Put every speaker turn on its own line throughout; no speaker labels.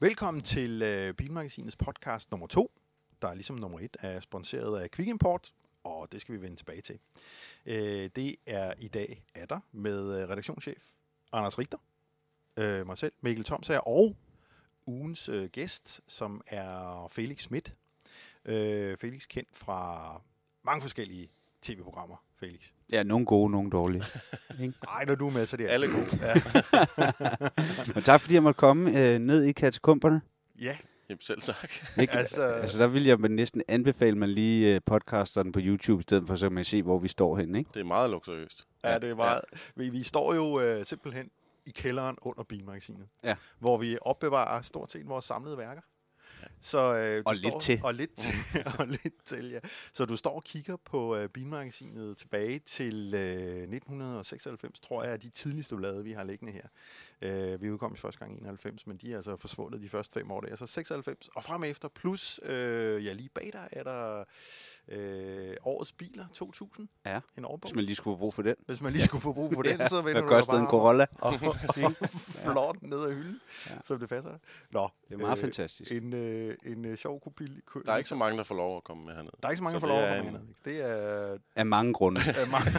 Velkommen til øh, Bilmagasinets podcast nummer to, der ligesom nummer et er sponsoreret af Quick Import, og det skal vi vende tilbage til. Øh, det er i dag Adder med øh, redaktionschef Anders Richter, øh, mig selv, Mikkel Thomsager, og ugens øh, gæst, som er Felix Schmidt. Øh, Felix kendt fra mange forskellige tv-programmer, Felix.
Ja, nogle gode, nogle dårlige. Ikke?
Ej, når du er med, så er det
Alle
altid
gode.
Ja,
Men tak fordi jeg måtte komme øh, ned i katakomberne.
ja
Jamen selv tak.
Ikke?
Altså-
Altså, altså, der vil jeg men næsten anbefale, at man lige øh, podcaster den på YouTube, i stedet for så man kan se, hvor vi står henne. Ikke?
Det er meget luksuriøst.
Ja, det er meget. Vi, vi står jo øh, simpelthen i kælderen under bilmagasinet,
Ja.
hvor vi opbevarer stort set vores samlede værker. Så, øh, du
Og lidt
står,
til.
Og lidt til, og lidt til ja. Så du står og kigger på øh, bilmagasinet tilbage til øh, 1996, tror jeg, er de tidligste blade, vi har liggende her. Øh, vi udkom jo første gang i 91, men de er altså forsvundet de første fem år. Det er altså 96 og frem efter, plus øh, ja, lige bag dig er der øh, årets biler 2000,
Ja.
en årbog.
Hvis man lige skulle bruge for den.
Hvis man lige skulle få brug for den, så vender
Hvad
du dig
kostede
bare
en
om
Corolla?
og, og flår den ned ad hylden, ja.
Ja.
som det passer dig. Nå,
Det er meget øh, fantastisk.
En, øh, en øh, sjov kopi. ko-
Der er ikke så mange, der får lov at komme med herned.
der er ikke så mange, der
så
får
det
lov
er
at komme
en-
herned. Det er
Af mange grunde.
af mange,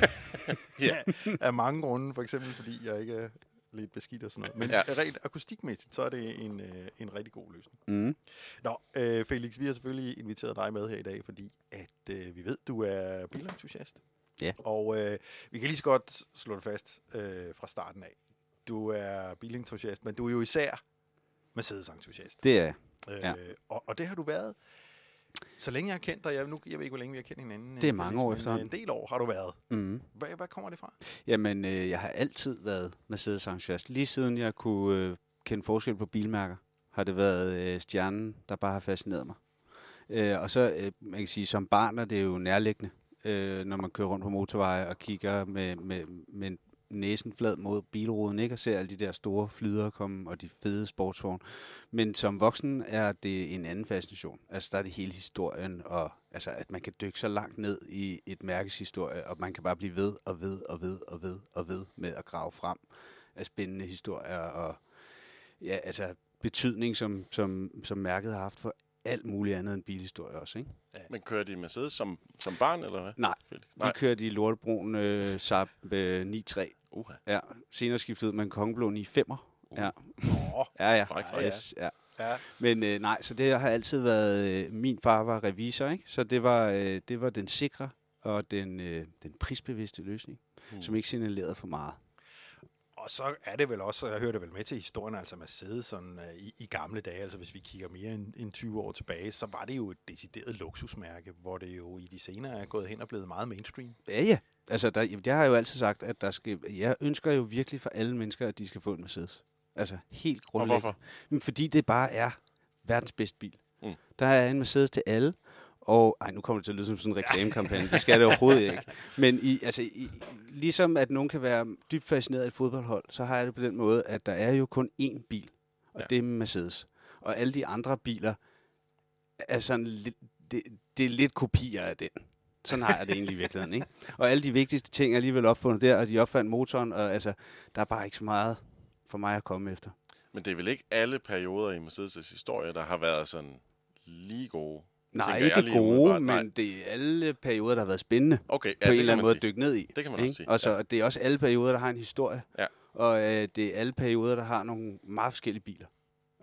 Ja.
af mange grunde, for eksempel fordi jeg ikke er lidt beskidt og sådan noget. Men ja.
Ja.
rent akustikmæssigt, så er det en, øh, en rigtig god løsning.
Mm.
Nå, øh, Felix, vi har selvfølgelig inviteret dig med her i dag, fordi at øh, vi ved, du er bilentusiast.
Ja.
Og øh, vi kan lige så godt slå det fast øh, fra starten af. Du er bilentusiast, men du er jo især Mercedes-entusiast.
Det er
Øh,
Ja.
og, og det har du været, så længe jeg har kendt dig. Jeg, nu, jeg ved ikke, hvor længe vi har kendt hinanden.
Det er
øh,
mange
Felix,
år
men, øh,
efterhånden.
En del år har du været.
mm.
Hvad, hvad kommer det fra?
Jamen, øh, jeg har altid været Mercedes entusiast. Lige siden jeg kunne øh, kende forskel på bilmærker, har det været øh, stjernen, der bare har fascineret mig. Øh, og så, øh, man kan sige, som barn er det jo nærliggende, øh, når man kører rundt på motorveje og kigger med, med, med næsen flad mod bilruden, ikke? Og ser alle de der store flyder komme, og de fede sportsvogne. Men som voksen er det en anden fascination. Altså, der er det hele historien, og altså, at man kan dykke så langt ned i et mærkes historie, og man kan bare blive ved og ved og ved og ved og ved med at grave frem af spændende historier, og ja, altså, betydning, som, som, som mærket har haft for alt muligt andet end bilhistorie også, ikke?
Men kører de i Mercedes som, som barn, eller hvad?
Nej,
Felix?
Nej.
Nej.
de kørte i Lortebroen øh, Saab øh, 9-3.
Uha.
Ja, senere skiftede man Kongeblå 9-5'er. Ja.
Nå,
Ja, ja.
Fræk,
ja,
fræk.
yes, ja.
ja.
Men øh, nej, så det har altid været... Øh, min far var revisor, ikke? Så det var, øh, det var den sikre og den, øh, den prisbevidste løsning,
Hmm.
mm. som ikke signalerede for meget.
Og så er det vel også, og jeg hørte vel med til historien, altså Mercedes sådan, øh, i, i gamle dage, altså hvis vi kigger mere end, end 20 år tilbage, så var det jo et decideret luksusmærke, hvor det jo i de senere er gået hen og blevet meget mainstream.
Ja, ja. Altså, der, jamen, det har jeg jo altid sagt, at der skal, jeg ønsker jo virkelig for alle mennesker, at de skal få en Mercedes. Altså, helt
Og
grundlæggende.
hvorfor?
Men fordi det bare er verdens bedste bil.
Mm.
Mm. Der er en Mercedes til alle, og ej, nu kommer det til at lyde som sådan en reklamekampagne. Det skal det overhovedet ikke. Men i, altså, i, ligesom at nogen kan være dybt fascineret af et fodboldhold, så har jeg det på den måde, at der er jo kun én bil, og
Ja.
ja. det er Mercedes. Og alle de andre biler er sådan lidt, det, det er lidt kopier af den. Sådan har jeg det egentlig i virkeligheden, ikke? Og alle de vigtigste ting er alligevel opfundet der, og de opfandt motoren, og altså, der er bare ikke så meget for mig at komme efter.
Men det er vel ikke alle perioder i Mercedes' historie, der har været sådan lige gode?
Nej,
tænker jeg
ikke
lige
gode,
umiddelbart.
men
Nej.
nej. det er alle perioder, der har været spændende ja,
Okay,
på
det
en eller
kan
anden
man
måde at
sige.
dykke ned i.
Det kan man også
ikke?
sige,
Og så
ja.
det er også alle perioder, der har en historie.
Ja.
Og øh, det er alle perioder, der har nogle meget forskellige biler.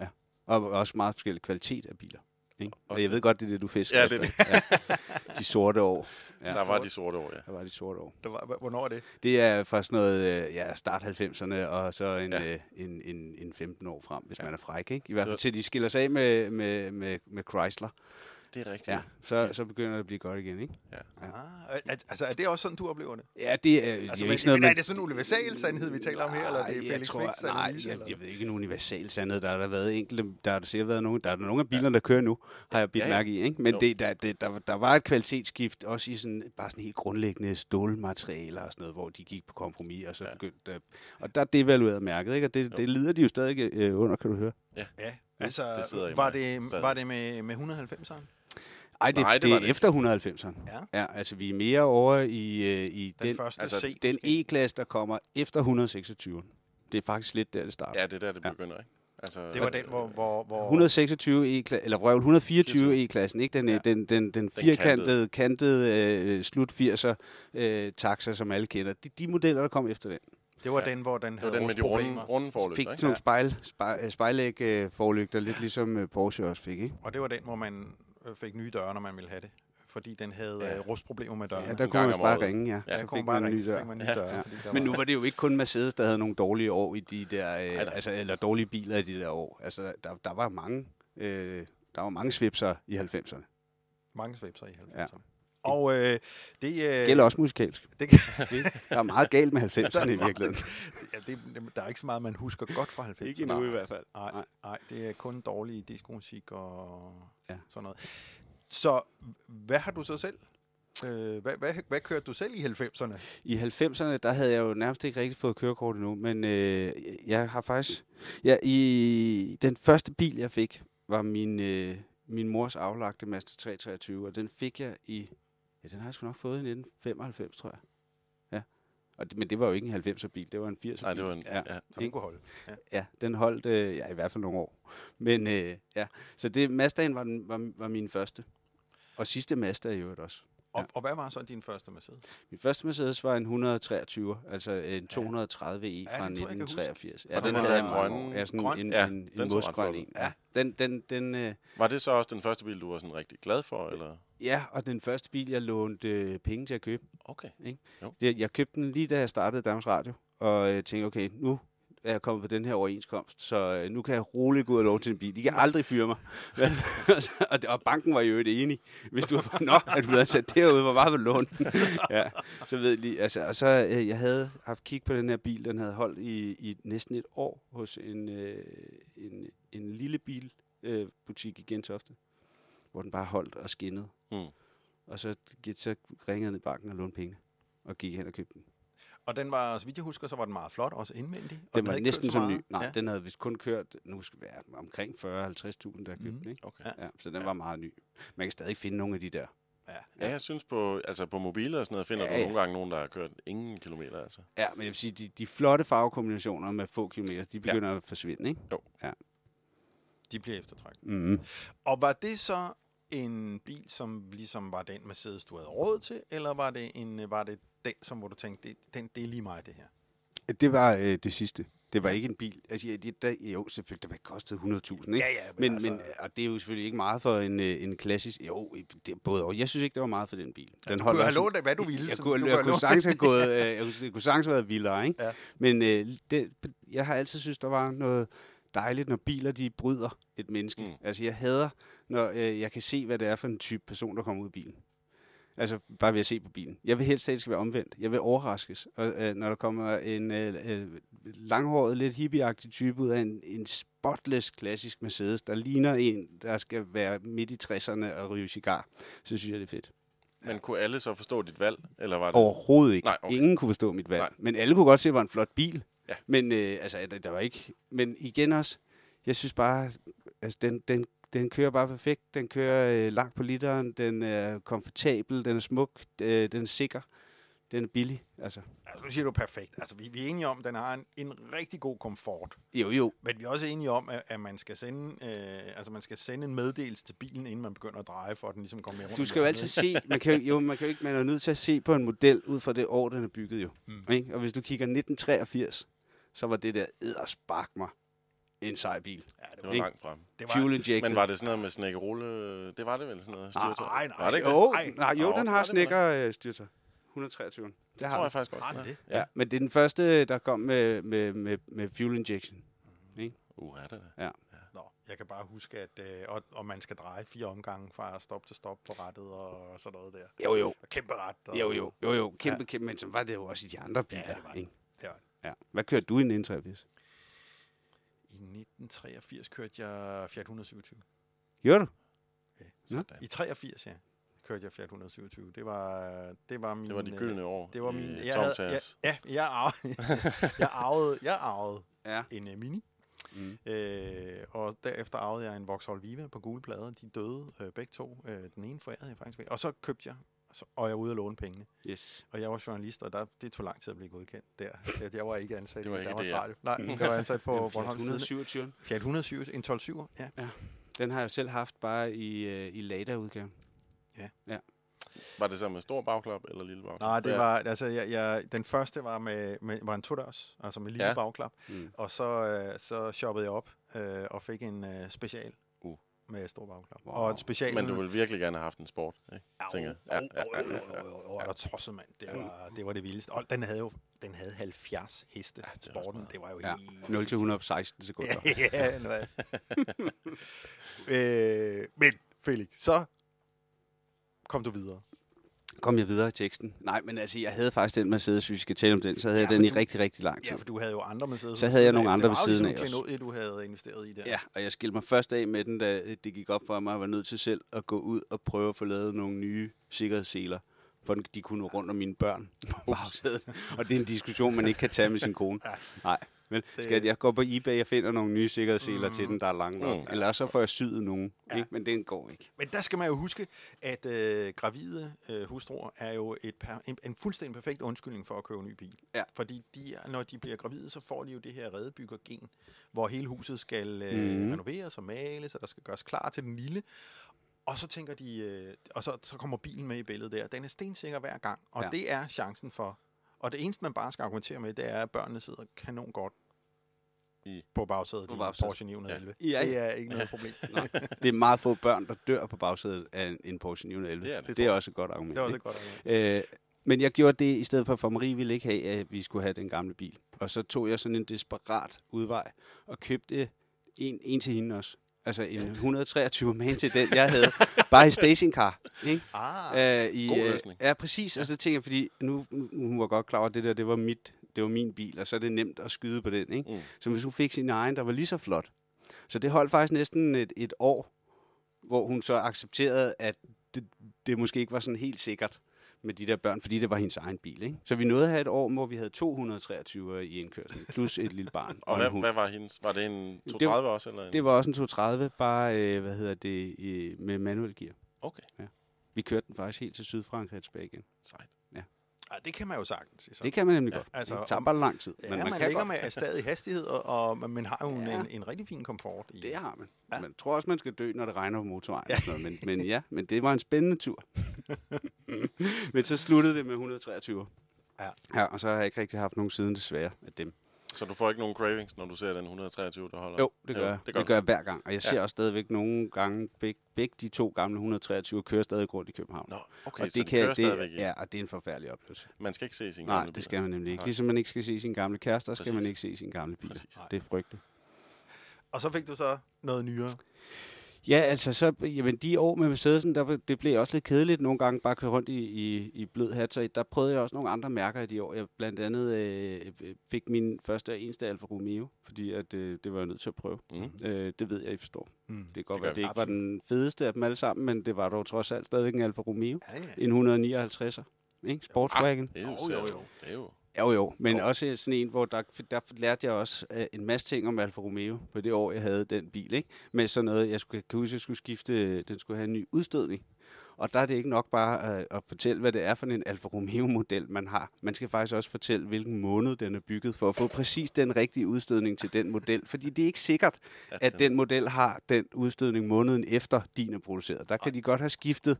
Ja. Og også meget forskellig kvalitet af biler. Ikke? Og
Også
jeg ved godt, det er det, du fisker
Ja, det er
efter, ikke? Ja. De sorte år. Ja.
Der var de sorte år, ja.
Der var de sorte år.
Der var, hvornår er det?
Det er fra sådan noget øh, ja, start 90'erne, og så en,
Ja.
ja. øh, en, en, en 15 år frem, hvis
Ja.
ja. man er fræk. Ikke? I hvert fald
Så-
til de skiller sig af med, med, med, med Chrysler.
Det er rigtigt.
Ja,
Ja.
så, så begynder det at blive godt igen, ikke?
Ah, al- altså er det også sådan, du oplever det?
Ja, det er,
Altså,
det er
men,
ikke sådan
men er
noget,
det sådan en universal sandhed, vi taler om her, eller er det
Nej,
Felix Schmidts
Nej,
analyse?
jeg,
eller
jeg
hvad?
ved ikke en universal sandhed. Der har der været enkelte, der har der sikkert været nogen, der er der nogle af bilerne, der kører nu, har jeg bidt
Ja, ja.
mærke i, ikke? Men
Jo.
det, der, det, der, der, var et kvalitetsskift, også i sådan, bare sådan helt grundlæggende stålmaterialer og sådan noget, hvor de gik på kompromis, og så
Ja.
begyndte, øh, og der devaluerede mærket, ikke? Og det, det lider de jo stadig øh, under, kan du høre.
Ja, altså
det sidder i
var,
mig
det,
stadig.
var det med, med 190'eren?
Ej, det,
Nej,
Nej, det,
det
det
var
er
det.
efter 190'erne.
Ja.
ja. altså vi er mere over i, øh, i
Den,
den,
den første
altså,
altså, C.
den E-klasse, der kommer efter 126'eren. Det er faktisk lidt der, det starter.
ja, det er der, det begynder, ikke? Altså,
Det var den, hvor... hvor, hvor
126 e eller vrøvl, 124 E-klassen, ikke? Den, ja.
Ja.
den, den, den firkantede, kantede øh, slut 80'er øh, taxa, som alle kender. De, de modeller, der kom efter den.
det var
ja.
den, hvor den
Det var
havde
den med de runde,
rustproblemer.
runde
Fik
forlygter,
sådan
ikke?
nogle spejl, spejl, spejlæg øh, forlygter, lidt ligesom øh, Porsche også fik, ikke?
Og det var den, hvor man øh, fik nye døre, når man ville have det. Fordi den havde
Ja.
ja. rustproblemer med dørene.
Ja,
Ja,
der
en
kunne
gang
man
om
bare
året.
ringe, ja.
Ja,
så
Så
kom
fik
bare
man en
ringe,
ny
så
dør.
fik man nye døre. fordi der
Men nu var det jo ikke kun Mercedes, der havde nogle dårlige år i de der, øh,
Ej, nej.
altså, eller dårlige biler i de der år. Altså, der, der var mange, øh, der var mange svipser i 90'erne.
mange svipser i 90'erne. Og øh, det,
Det
øh,
gælder også musikalsk.
det, kan-
Der er meget galt med 90'erne i
meget-
virkeligheden.
ja, det, der er ikke så meget, man husker godt fra 90'erne.
endnu i hvert fald. Nej.
Nej, nej, det er kun dårlig diskomusik og
Ja.
ja. sådan noget. Så hvad har du så selv? Øh, hvad, hvad, hvad kørte du selv i 90'erne?
I 90'erne, der havde jeg jo nærmest ikke rigtig fået kørekort endnu, men øh, jeg har faktisk... Ja, i den første bil, jeg fik, var min, øh, min mors aflagte Mazda 323, og den fik jeg i... Ja, den har jeg sgu nok fået i 1995, tror jeg. Ja. Og det, men det var jo ikke en 90'er bil, det var en 80'er
Nej, det var en...
Ja.
Ja. Ja.
Som du kunne holde.
Ja, den holdt øh, ja, i hvert fald nogle år. Men øh, ja, så det, Mazdaen var, den, var, var min første. Og sidste Mazda i øvrigt også.
Og,
Ja.
ja. og hvad var så din første Mercedes?
Min første Mercedes var en 123, altså en 230 E fra
tror jeg, jeg kan huske.
1983.
Og den
var
havde
meget
en grøn-
god. Ja, sådan
grøn-
en,
ja,
en,
den
en, en
så ret
mosgrøn
flot ud.
en. Ja. Den, den, den, øh,
Var det så også den første bil, du var sådan rigtig glad for, eller?
ja, og den første bil, jeg lånte øh, penge til at købe.
Okay.
Det, jeg købte den lige da jeg startede Danmarks Radio, og øh, tænkte, okay, nu er jeg kommet på den her overenskomst, så øh, nu kan jeg roligt gå ud og låne til en bil. De kan aldrig fyre mig. Vel? og, og banken var jo ikke enig. Hvis du var nok, at du havde sat derude, hvor meget vil låne den? ja, så ved lige. Altså, og så, øh, jeg havde haft kig på den her bil, den havde holdt i, i næsten et år hos en, øh, en, en lille bilbutik øh, butik i Gentofte, hvor den bare holdt og skinnede.
Mm.
Og så, så ringede jeg ned i banken og lånte penge og gik hen og købte den.
Og den var, så vidt jeg husker, så var den meget flot, også indvendig. og
Den var
havde ikke kørt
næsten
så
som ny.
meget.
Nej, ja.
ja.
den havde vist kun kørt, nu skal det være omkring 40-50.000, der købte den,
Mhm.
ikke?
Okay.
Ja, så den var meget ny. Man kan stadig finde nogle af de der.
Ja, jeg synes på, altså på mobiler og sådan noget, finder
Ja,
ja, ja.
ja.
du nogle gange nogen, der har kørt ingen kilometer, altså.
Ja, men jeg vil sige, de, de flotte farvekombinationer med få kilometer, de begynder ja. at forsvinde, ikke?
De blev eftertragtet.
Mm-hmm.
Og var det så en bil, som ligesom var den Mercedes, du havde råd til, eller var det, en, øh, var det den, som hvor du tænkte, det, den, det er lige mig, det her?
Det var øh, det sidste. Det var ikke en bil. Altså, ja, det, der, jo, selvfølgelig, det var kostet 100.000, ikke?
Ja, ja, men
men,
altså-
men, øh, og det er jo selvfølgelig ikke meget for en, øh, en klassisk... Jo, det er både og. Jeg synes ikke, det var meget for den bil. Den
Du kunne have
også-
lånt af, hvad du ville.
Jeg
som
kunne,
du
jeg
have
kunne
lånt.
sagtens have gået, øh, jeg kunne- jeg kunne sagtens have været vildere, ikke?
Ja.
Men øh, det, jeg har altid synes der var noget dejligt, når biler de bryder et menneske. Mm.
Mm.
Altså jeg hader, når øh, jeg kan se, hvad det er for en type person, der kommer ud af bilen. Altså bare ved at se på bilen. Jeg vil helst, at det skal være omvendt. Jeg vil overraskes, og, øh, når der kommer en øh, øh, langhåret, lidt hippieagtig type ud af en, en spotless klassisk Mercedes, der ligner en, der skal være midt i 60'erne og ryge cigar. Så synes jeg, det er fedt.
Men kunne alle så forstå dit valg, eller var det...
Overhovedet ikke. Nej,
Nej,
okay.
okay.
Ingen kunne forstå mit valg. Nej.
Nej.
Men alle kunne godt se, at det var en flot bil.
Ja.
Men øh, altså, der, der var ikke... Men igen også, jeg synes bare, altså, den, den, den kører bare perfekt. Den kører øh, langt på literen. Den er komfortabel. Den er smuk. Øh, den er sikker. Den er billig. Altså,
Altså, nu siger du perfekt. Altså, vi, vi er enige om, at den har en, en rigtig god komfort.
jo, jo.
Men vi er også enige om, at, at man, skal sende, øh, altså, man skal sende en meddelelse til bilen, inden man begynder at dreje, for at den ligesom kommer mere rundt.
Du
om
skal jo
hjørnet,
altid se... Man kan jo, jo, man kan jo ikke... Man er jo nødt til at se på en model ud fra det år, den er bygget jo. Mm.
Mm.
Ikke? Og hvis du kigger 1983, så var det der edderspark mig en sej bil.
ikke? Ja, det
Det
var,
var
Ikke?
langt frem.
det var,
Fuel injected.
Men var det sådan noget med snækkerulle? Det var det vel sådan noget? styretøj?
nej, nej.
Var det ikke det?
Jo,
Ej,
nej, jo
nå,
den
var
har øh,
det
snækkerstyrter. 123. Det, det
Det tror jeg faktisk også.
Har
den
den
er.
det?
Ja. ja, men det er den første, der kom med, med, med, med fuel injection.
Uh, er det da.
Nå, jeg kan bare huske, at øh, og, og man skal dreje fire omgange fra stop til stop på rettet og sådan noget der.
Jo, jo.
Og kæmpe ret. Og,
Jo, jo, jo, jo. Kæmpe, ja. kæmpe, men så var det jo også i de andre biler.
Ja, det var det.
Ikke?
Det var det.
Ja. Hvad kørte du i en 83?
I 1983 kørte jeg Fiat 127.
Gjorde du?
I 83, ja, kørte jeg Fiat 127. Det var, det var min...
Det var de
øh,
gyldne år.
Det var min...
i
Jeg, havde, jeg,
Tomtas.
ja, jeg arvede, jeg arvede, jeg arvede
Ja.
en uh, Mini,
Mm.
øh, og derefter arvede jeg en Vauxhall Viva på gule plader. De døde øh, begge to. Øh, den ene forærede jeg faktisk væk. Og så købte jeg så, og jeg var ude at låne pengene.
Yes.
Og jeg var journalist, og der, det tog lang tid at blive godkendt der. Jeg, jeg var ikke ansat
Det var
i
ikke
Danmarks
det, ja.
Radio. Nej, jeg var ansat på Bornholms Tidende.
127.
Fiat 107, en 12-7'er, ja.
Den har jeg selv haft bare i, øh, i later-udgaven.
Var det så med stor bagklap eller lille bagklap?
Nej, det
Ja.
var, altså, jeg, jeg, den første var, med, med, var en todørs, altså med lille ja.
Ja.
bagklap.
Mm.
Og så, øh, så shoppede jeg op øh, og fik en øh, special
Uh.
med stor bagklap.
Wow.
Og en special...
Men du ville virkelig gerne have haft en sport, ikke? tænker jeg. Ja, ja, ja, ja, ja.
Jeg var tosset, mand. Det var, det var det vildeste. Og den havde jo den havde 70 heste,
det er også
sporten.
meget.
Det var jo
Ja.
helt...
0 til 100 på 16 sekunder.
ja, nu er øh, men Felix, så kom du videre.
Kom jeg videre i teksten? Nej, men altså, jeg havde faktisk den Mercedes, hvis vi skal tale om den, så havde
Ja,
ja, jeg
for
den i
du-
rigtig, rigtig lang tid.
Ja, for du havde jo andre Mercedes.
Så
ved
havde jeg
siden
nogle
af.
andre ved siden af
Det var
også.
jo ligesom klenodie, du havde investeret i der.
Ja, og jeg skilte mig først af med den, da det gik op for mig, at jeg var nødt til selv at gå ud og prøve at få lavet nogle nye sikkerhedsseler, for den- de kunne nå rundt om mine børn på bagsædet. Og det er en diskussion, man ikke kan tage med sin kone. Nej, men skal jeg går på eBay og finder nogle nye sikkerhedsseler mm. til den, der er langt nok. Mm. Eller så får jeg syet nogen, ja. ikke? men den går ikke.
Men der skal man jo huske, at øh, gravide øh, hustruer er jo et per, en, en fuldstændig perfekt undskyldning for at købe en ny bil.
Ja.
Fordi de, er- når de bliver gravide, så får de jo det her redebyggergen, hvor hele huset skal øh,
Mhm.
mm. renoveres og males, og der skal gøres klar til den lille. Og så tænker de, øh, og så, så kommer bilen med i billedet der. Den er stensikker hver gang, og ja.
Ja.
det er chancen for. Og det eneste, man bare skal argumentere med, det er, at børnene sidder kanon godt
I-
på bagsædet
På
i
bagsædet.
Porsche 911.
Ja. Ja.
Det er ikke noget problem.
Det er meget få børn, der dør på bagsædet af en- en Porsche 911.
Det er det.
det er også et godt argument.
det er også
ikke?
et godt argument.
Øh, men jeg gjorde det i stedet for, for Marie ville ikke have, at vi skulle have den gamle bil. Og så tog jeg sådan en desperat udvej og købte en, en til hende også. Altså en 123 man til den, jeg havde. Bare i stationcar. Ikke?
Ah.
Øh, i,
god
øh,
løsning.
Ja, præcis. Og så tænkte jeg, fordi nu, nu hun var godt klar over, at det der, det var mit, det var min bil, og så er det nemt at skyde på den, ikke?
Mm.
Mm. Så hvis hun fik sin egen, der var lige så flot. Så det holdt faktisk næsten et, et år, hvor hun så accepterede, at det, det måske ikke var sådan helt sikkert med de der børn, fordi det var hendes egen bil, ikke? Så vi nåede at have et år, hvor vi havde 223 i indkørslen, plus et lille barn.
Og
en
hvad,
hund.
hvad var hendes? Var det en
var-
230 også? Eller en?
Det var også en 230, bare, øh, hvad hedder det, øh, med manuel gear.
Okay,
Vi kørte den faktisk helt til Sydfrankrig og tilbage igen.
sejt.
Ej, det kan man jo sagtens. i sådan-
Det kan man nemlig
Ja,
ja, godt.
altså,
Altså, det tager bare lang tid,
Ja,
men man,
man
kan
ligger
godt.
med stadig hastighed, og, og man- man har jo ja.
Ja.
en, en rigtig fin komfort. I.
Det har man. Ja. Man tror også, man skal dø, når det regner på motorvejen. Ja. Sådan noget, men, men ja, men det var en spændende tur. men så sluttede det med 123.
Ja.
ja. og så har jeg ikke rigtig haft nogen siden desværre af dem.
Så du får ikke nogen cravings, når du ser den 123, der holder?
Jo, det gør, jeg.
Det gør,
det gør jeg hver gang. Og jeg ser også stadigvæk nogle gange, begge, begge de to gamle 123 kører stadig rundt i København.
Nå, okay,
og
så det kan, kører stadigvæk
det,
det, ja.
ja, og det er en forfærdelig oplevelse.
Man skal ikke se sin
Nej,
gamle
det
bil.
skal man nemlig ikke.
Nej.
Ligesom man ikke skal se sin gamle kærester, skal man
Præcis.
ikke se sin gamle bil.
Præcis.
Det er frygteligt.
Og så fik du så noget nyere.
Ja, altså så, jamen de år med Mercedesen, der, det blev også lidt kedeligt nogle gange bare at køre rundt i, i, i blød hat, så der prøvede jeg også nogle andre mærker i de år. Jeg blandt andet øh, øh, fik min første og eneste Alfa Romeo, fordi at, øh, det var jeg nødt til at prøve.
Mm.
Øh, det ved jeg, I forstår.
Mm.
Det kan godt
Det
være,
gør
at det
vi
ikke var den fedeste af dem alle sammen, men det var dog trods alt stadigvæk en Alfa Romeo.
Ja, ja.
En 159'er, ikke? Sportswagen.
Det er jo,
Jo, jo,
seriøst.
jo.
Det er jo.
Jo, jo, men jo. også sådan en, hvor der, der lærte jeg også øh, en masse ting om Alfa Romeo på det år, jeg havde den bil. Ikke? Men sådan noget, jeg skulle, kan huske, jeg skulle skifte, øh, den skulle have en ny udstødning. Og der er det ikke nok bare øh, at fortælle, hvad det er for en Alfa Romeo-model, man har. Man skal faktisk også fortælle, hvilken måned den er bygget for at få præcis den rigtige udstødning til den model. Fordi det er ikke sikkert, at den model har den udstødning måneden efter din er produceret. Der kan de godt have skiftet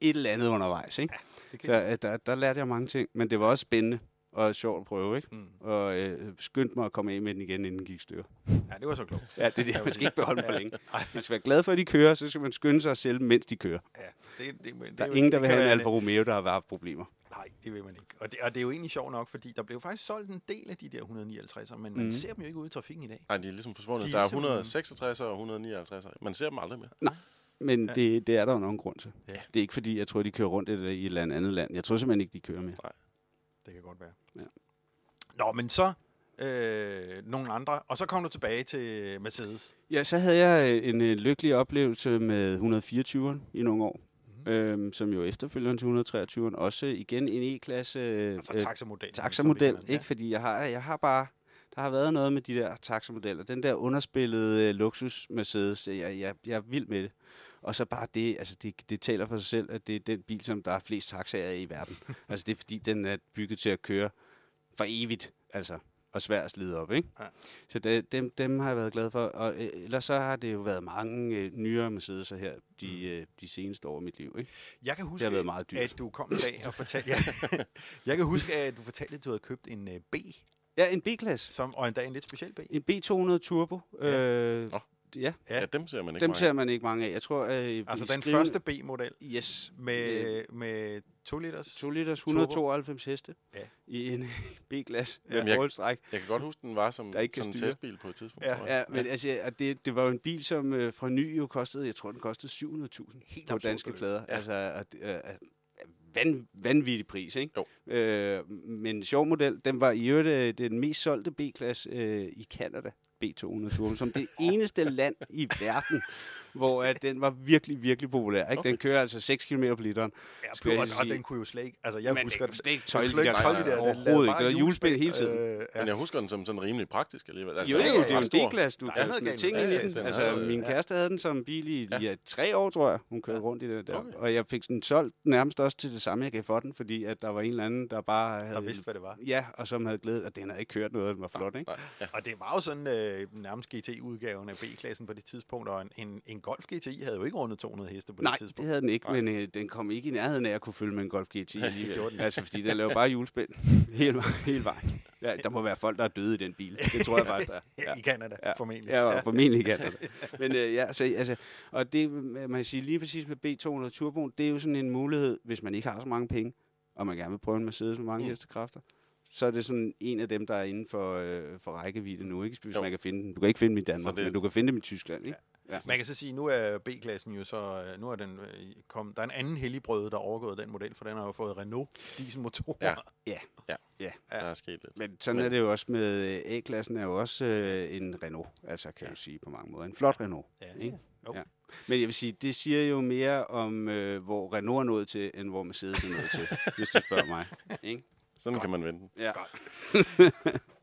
et eller andet undervejs. Ikke?
det kan
Så, øh, der, der lærte jeg mange ting, men det var også spændende og sjovt at prøve, ikke?
Mm.
Og øh, skyndte mig at komme af med den igen, inden den gik i stykker.
ja, det var så klogt.
Ja, det er det. Man skal ikke beholde den for længe. Man skal være glad for, at de kører, så skal man skynde sig selv, mens de kører.
Ja, det, det, det,
Der er ingen, der vil
kan
have en
være-
Alfa Romeo, der har haft problemer.
Nej, det vil man ikke. Og det, og det er jo egentlig sjovt nok, fordi der blev faktisk solgt en del af de der 159'er, men mm.
Mhm.
man ser dem jo ikke ude i trafikken i dag.
Ej, de er ligesom forsvundet.
De er
der er
simpelthen-
166 og 159. Man ser dem aldrig mere.
Men ja. det, det er der jo nogen grund til.
Ja.
Ja. Det er ikke fordi, jeg tror, de kører rundt i et- i et eller andet andet land. Jeg tror simpelthen ikke, de kører mere.
Det kan godt være.
Ja.
Nå, men så øh, nogle andre. Og så kom du tilbage til Mercedes.
Ja, så havde jeg øh, en øh, lykkelig oplevelse med 124'eren i nogle år. Mm. Øhm, som jo efterfølgeren til 123'eren. Også igen en E-klasse. øh,
Altså
øh,
taxamodellen.
taxamodel,
som vi kalder den.
ikke? Fordi jeg har, jeg har bare... Der har været noget med de der taxamodeller. Den der underspillede øh, luksus Mercedes, øh, jeg, jeg, jeg er vild med det. Og så bare det, altså det, det taler for sig selv, at det er den bil, som der er flest taxaer af i verden. altså det er fordi, den er bygget til at køre for evigt, altså og svær at slide op, ikke?
Ja.
Ja. Så det, dem, dem har jeg været glad for. Og øh, ellers så har det jo været mange øh, nyere Mercedes'er her de, øh, de seneste år i mit liv, ikke?
Jeg kan
Det har
huske,
været meget dyrt.
Mm. at du kom en dag og fortalte... Ja, jeg kan huske, at du fortalte, at du havde købt en øh, B,
Ja, en B-klasse.
som, og endda en lidt speciel B.
En B200 Turbo.
Ja.
Ja. Øh,
Nå.
ja,
Ja.
Ja, ja dem ser man ikke
dem
mange.
ser man ikke mange af. Jeg tror, øh,
Altså
i
den
skrivende-
første B-model
Yes.
med, med 2 liters...
2 liters
Turbo.
192 heste
Ja.
i en B-glas
Jamen,
med
jeg-
forholdstræk.
Jeg kan godt huske, den var som
Der ikke kan
sådan en
styre.
testbil på et tidspunkt.
Ja.
tror jeg.
Ja, men altså, og det, det var jo en bil, som øh, fra ny jo kostede, jeg tror, den kostede 700.000
Helt
på
absurd
danske
beløb.
plader.
Ja.
Ja. Altså, og, det, øh, er van, vanvittig pris, ikke?
Jo.
Øh, men en sjov model, den var i øvrigt øh, den mest solgte B-klasse øh, i Canada, B200 Turbo, som det eneste land i verden, hvor at den var virkelig, virkelig populær. Ikke?
Okay.
Den kører altså 6 km på literen.
Ja,
Skal
og,
jeg lige
og
sige.
den kunne jo slet ikke... Altså, jeg
men
husker,
det,
den-
det er ikke
den
tøjle, de
kunne
der,
ikke
tøjle
tøjle
nej,
de
det
der,
der.
den
Den lavede
overhovedet ikke.
bare
Det var julespil hele tiden.
Øh, ja.
Men jeg husker den som sådan rimelig praktisk alligevel. Altså,
Altså,
Jo,
den
jo,
var
det er jo en
ret stor.
D-klasse, du
Der er
kan
noget
smide
galt
ting
med
ind
det.
i
Ja,
den.
sådan
Altså,
er det.
min
Ja.
kæreste havde den som bil i
Ja.
ja. Ja, tre år, tror jeg, hun kørte rundt i det der.
Okay.
Og jeg fik den solgt nærmest også til det samme, jeg gav for den, fordi at der var en eller anden, der bare havde...
Der vidste, hvad det var.
Ja, og som havde glædet, og den havde ikke kørt noget, den var flot, ikke?
Nej, ja.
Og det var jo sådan øh, nærmest GT-udgaven af B-klassen på det tidspunkt, og en, en, en Golf GTI havde jo ikke rundet 200 heste på
Nej,
det tidspunkt.
det havde den ikke, men øh, den kom ikke i nærheden af at kunne følge med en Golf GT. alligevel.
gjorde den.
Altså, fordi den laver bare julespænd hele, vejen- hele vejen. Ja, der må være folk, der er døde i den bil. Det tror jeg faktisk, der er.
Ja. I Canada, ja. formentlig.
Ja, og formentlig kan det. Men øh, ja, så, altså, og det, øh, man kan sige, lige præcis med B200 Turboen, det er jo sådan en mulighed, hvis man ikke har så mange penge, og man gerne vil prøve en Mercedes med mange
Mm.
mm. hestekræfter, så er det sådan en af dem, der er inden for, øh, for rækkevidde nu, ikke? Hvis
Jo.
jo. man kan finde den. Du kan ikke finde dem i Danmark,
det-
det... men du kan finde dem i Tyskland, ikke? Ja.
Man kan så sige, nu er B-klassen jo så, øh, nu er den øh, kom, der er en anden helligbrød, der er overgået den model, for den har jo fået Renault dieselmotorer.
Ja.
Ja.
der er sket lidt.
Men sådan
Men-
er det jo også med øh, A-klassen, er jo også øh, en Renault, altså kan ja. du sige på mange måder. En flot Renault.
Ja.
Ikke?
Jo.
Ja. Men jeg vil sige, det siger jo mere om, øh, hvor Renault er nået til, end hvor Mercedes er nået til, hvis du spørger mig. Ikke?
Sådan kan man vente.
Ja.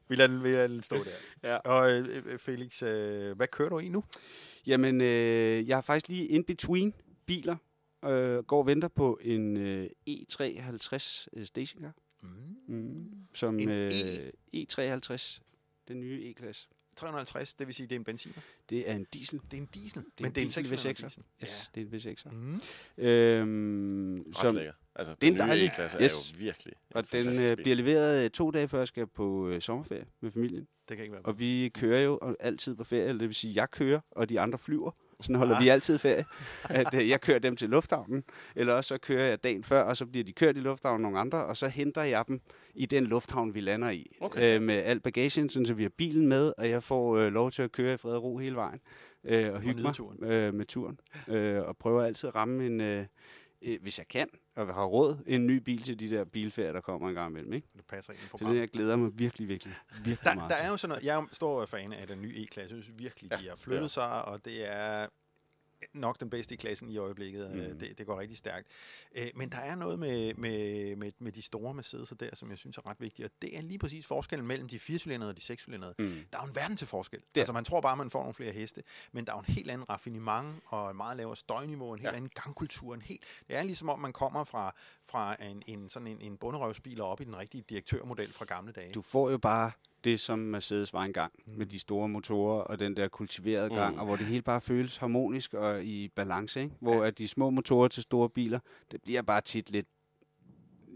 Vi lader den, vi lader den stå der.
Ja.
Og øh, øh, Felix, øh, hvad kører du i nu?
Jamen, øh, jeg er faktisk lige in between biler. Øh, går og venter på en øh, E53 øh, stationcar.
Mm.
Mm. Som
En
øh, E53, den nye E-klasse.
350, det vil sige, det er en benzin.
Det er en diesel.
Det er en diesel, det
Det er
men
en
det er en 600
diesel V6'er.
diesel.
Yes, ja. det er en V6'er.
Ja. Mm.
Øhm,
Ret
som,
lækker. Altså,
Det er
den
en
nye
dejlig-
E-klasse
Yes.
er jo virkelig en
og den
fantastisk
øh,
bil.
bliver leveret øh, to dage før jeg skal på øh, sommerferie med familien.
Det kan ikke være.
Og vi kører jo og altid på ferie, eller det vil sige, jeg kører, og de andre flyver. Sådan holder vi altid ferie. At øh, jeg kører dem til lufthavnen, eller også så kører jeg dagen før, og så bliver de kørt i lufthavnen nogle andre, og så henter jeg dem i den lufthavn, vi lander i.
Okay.
Øh, med al bagagen, sådan, så vi har bilen med, og jeg får øh, lov til at køre i fred og ro hele vejen. Øh, og hygge mig
nedturen.
øh, med turen. Øh, og prøver altid at ramme en, øh, øh, hvis jeg kan, og har råd, en ny bil til de der bilferier, der kommer en gang imellem. Ikke?
Det passer ind på
Så det, jeg glæder mig virkelig, virkelig, virkelig
Der,
meget
der
til.
er jo sådan noget, jeg er jo stor øh, fan af den nye E-klasse. Jeg synes virkelig,
Ja,
ja, de har
det er.
flyttet sig, og det er nok den bedste i klassen i øjeblikket. Mm.
Mhm.
Det, det går rigtig stærkt. Øh, Men der er noget med, med, med, med de store Mercedes'er der, som jeg synes er ret vigtigt, og det er lige præcis forskellen mellem de 4-cylindrede og de 6-cylindrede.
Mm.
Der er jo en verden til forskel.
er
Altså, man tror bare, man får nogle flere heste, men der er jo en helt anden raffinement og en meget lavere støjniveau, en helt
Ja.
ja. anden gangkultur. En helt, det er ligesom om, man kommer fra, fra en, en, sådan en, en bunderøvsbil og op i den rigtige direktørmodel fra gamle dage.
du får jo bare det, som Mercedes var engang, mm. med de store motorer og den der kultiverede
Mm.
gang, og hvor det hele bare føles harmonisk og i balance, ikke? hvor at de små motorer til store biler, det bliver bare tit lidt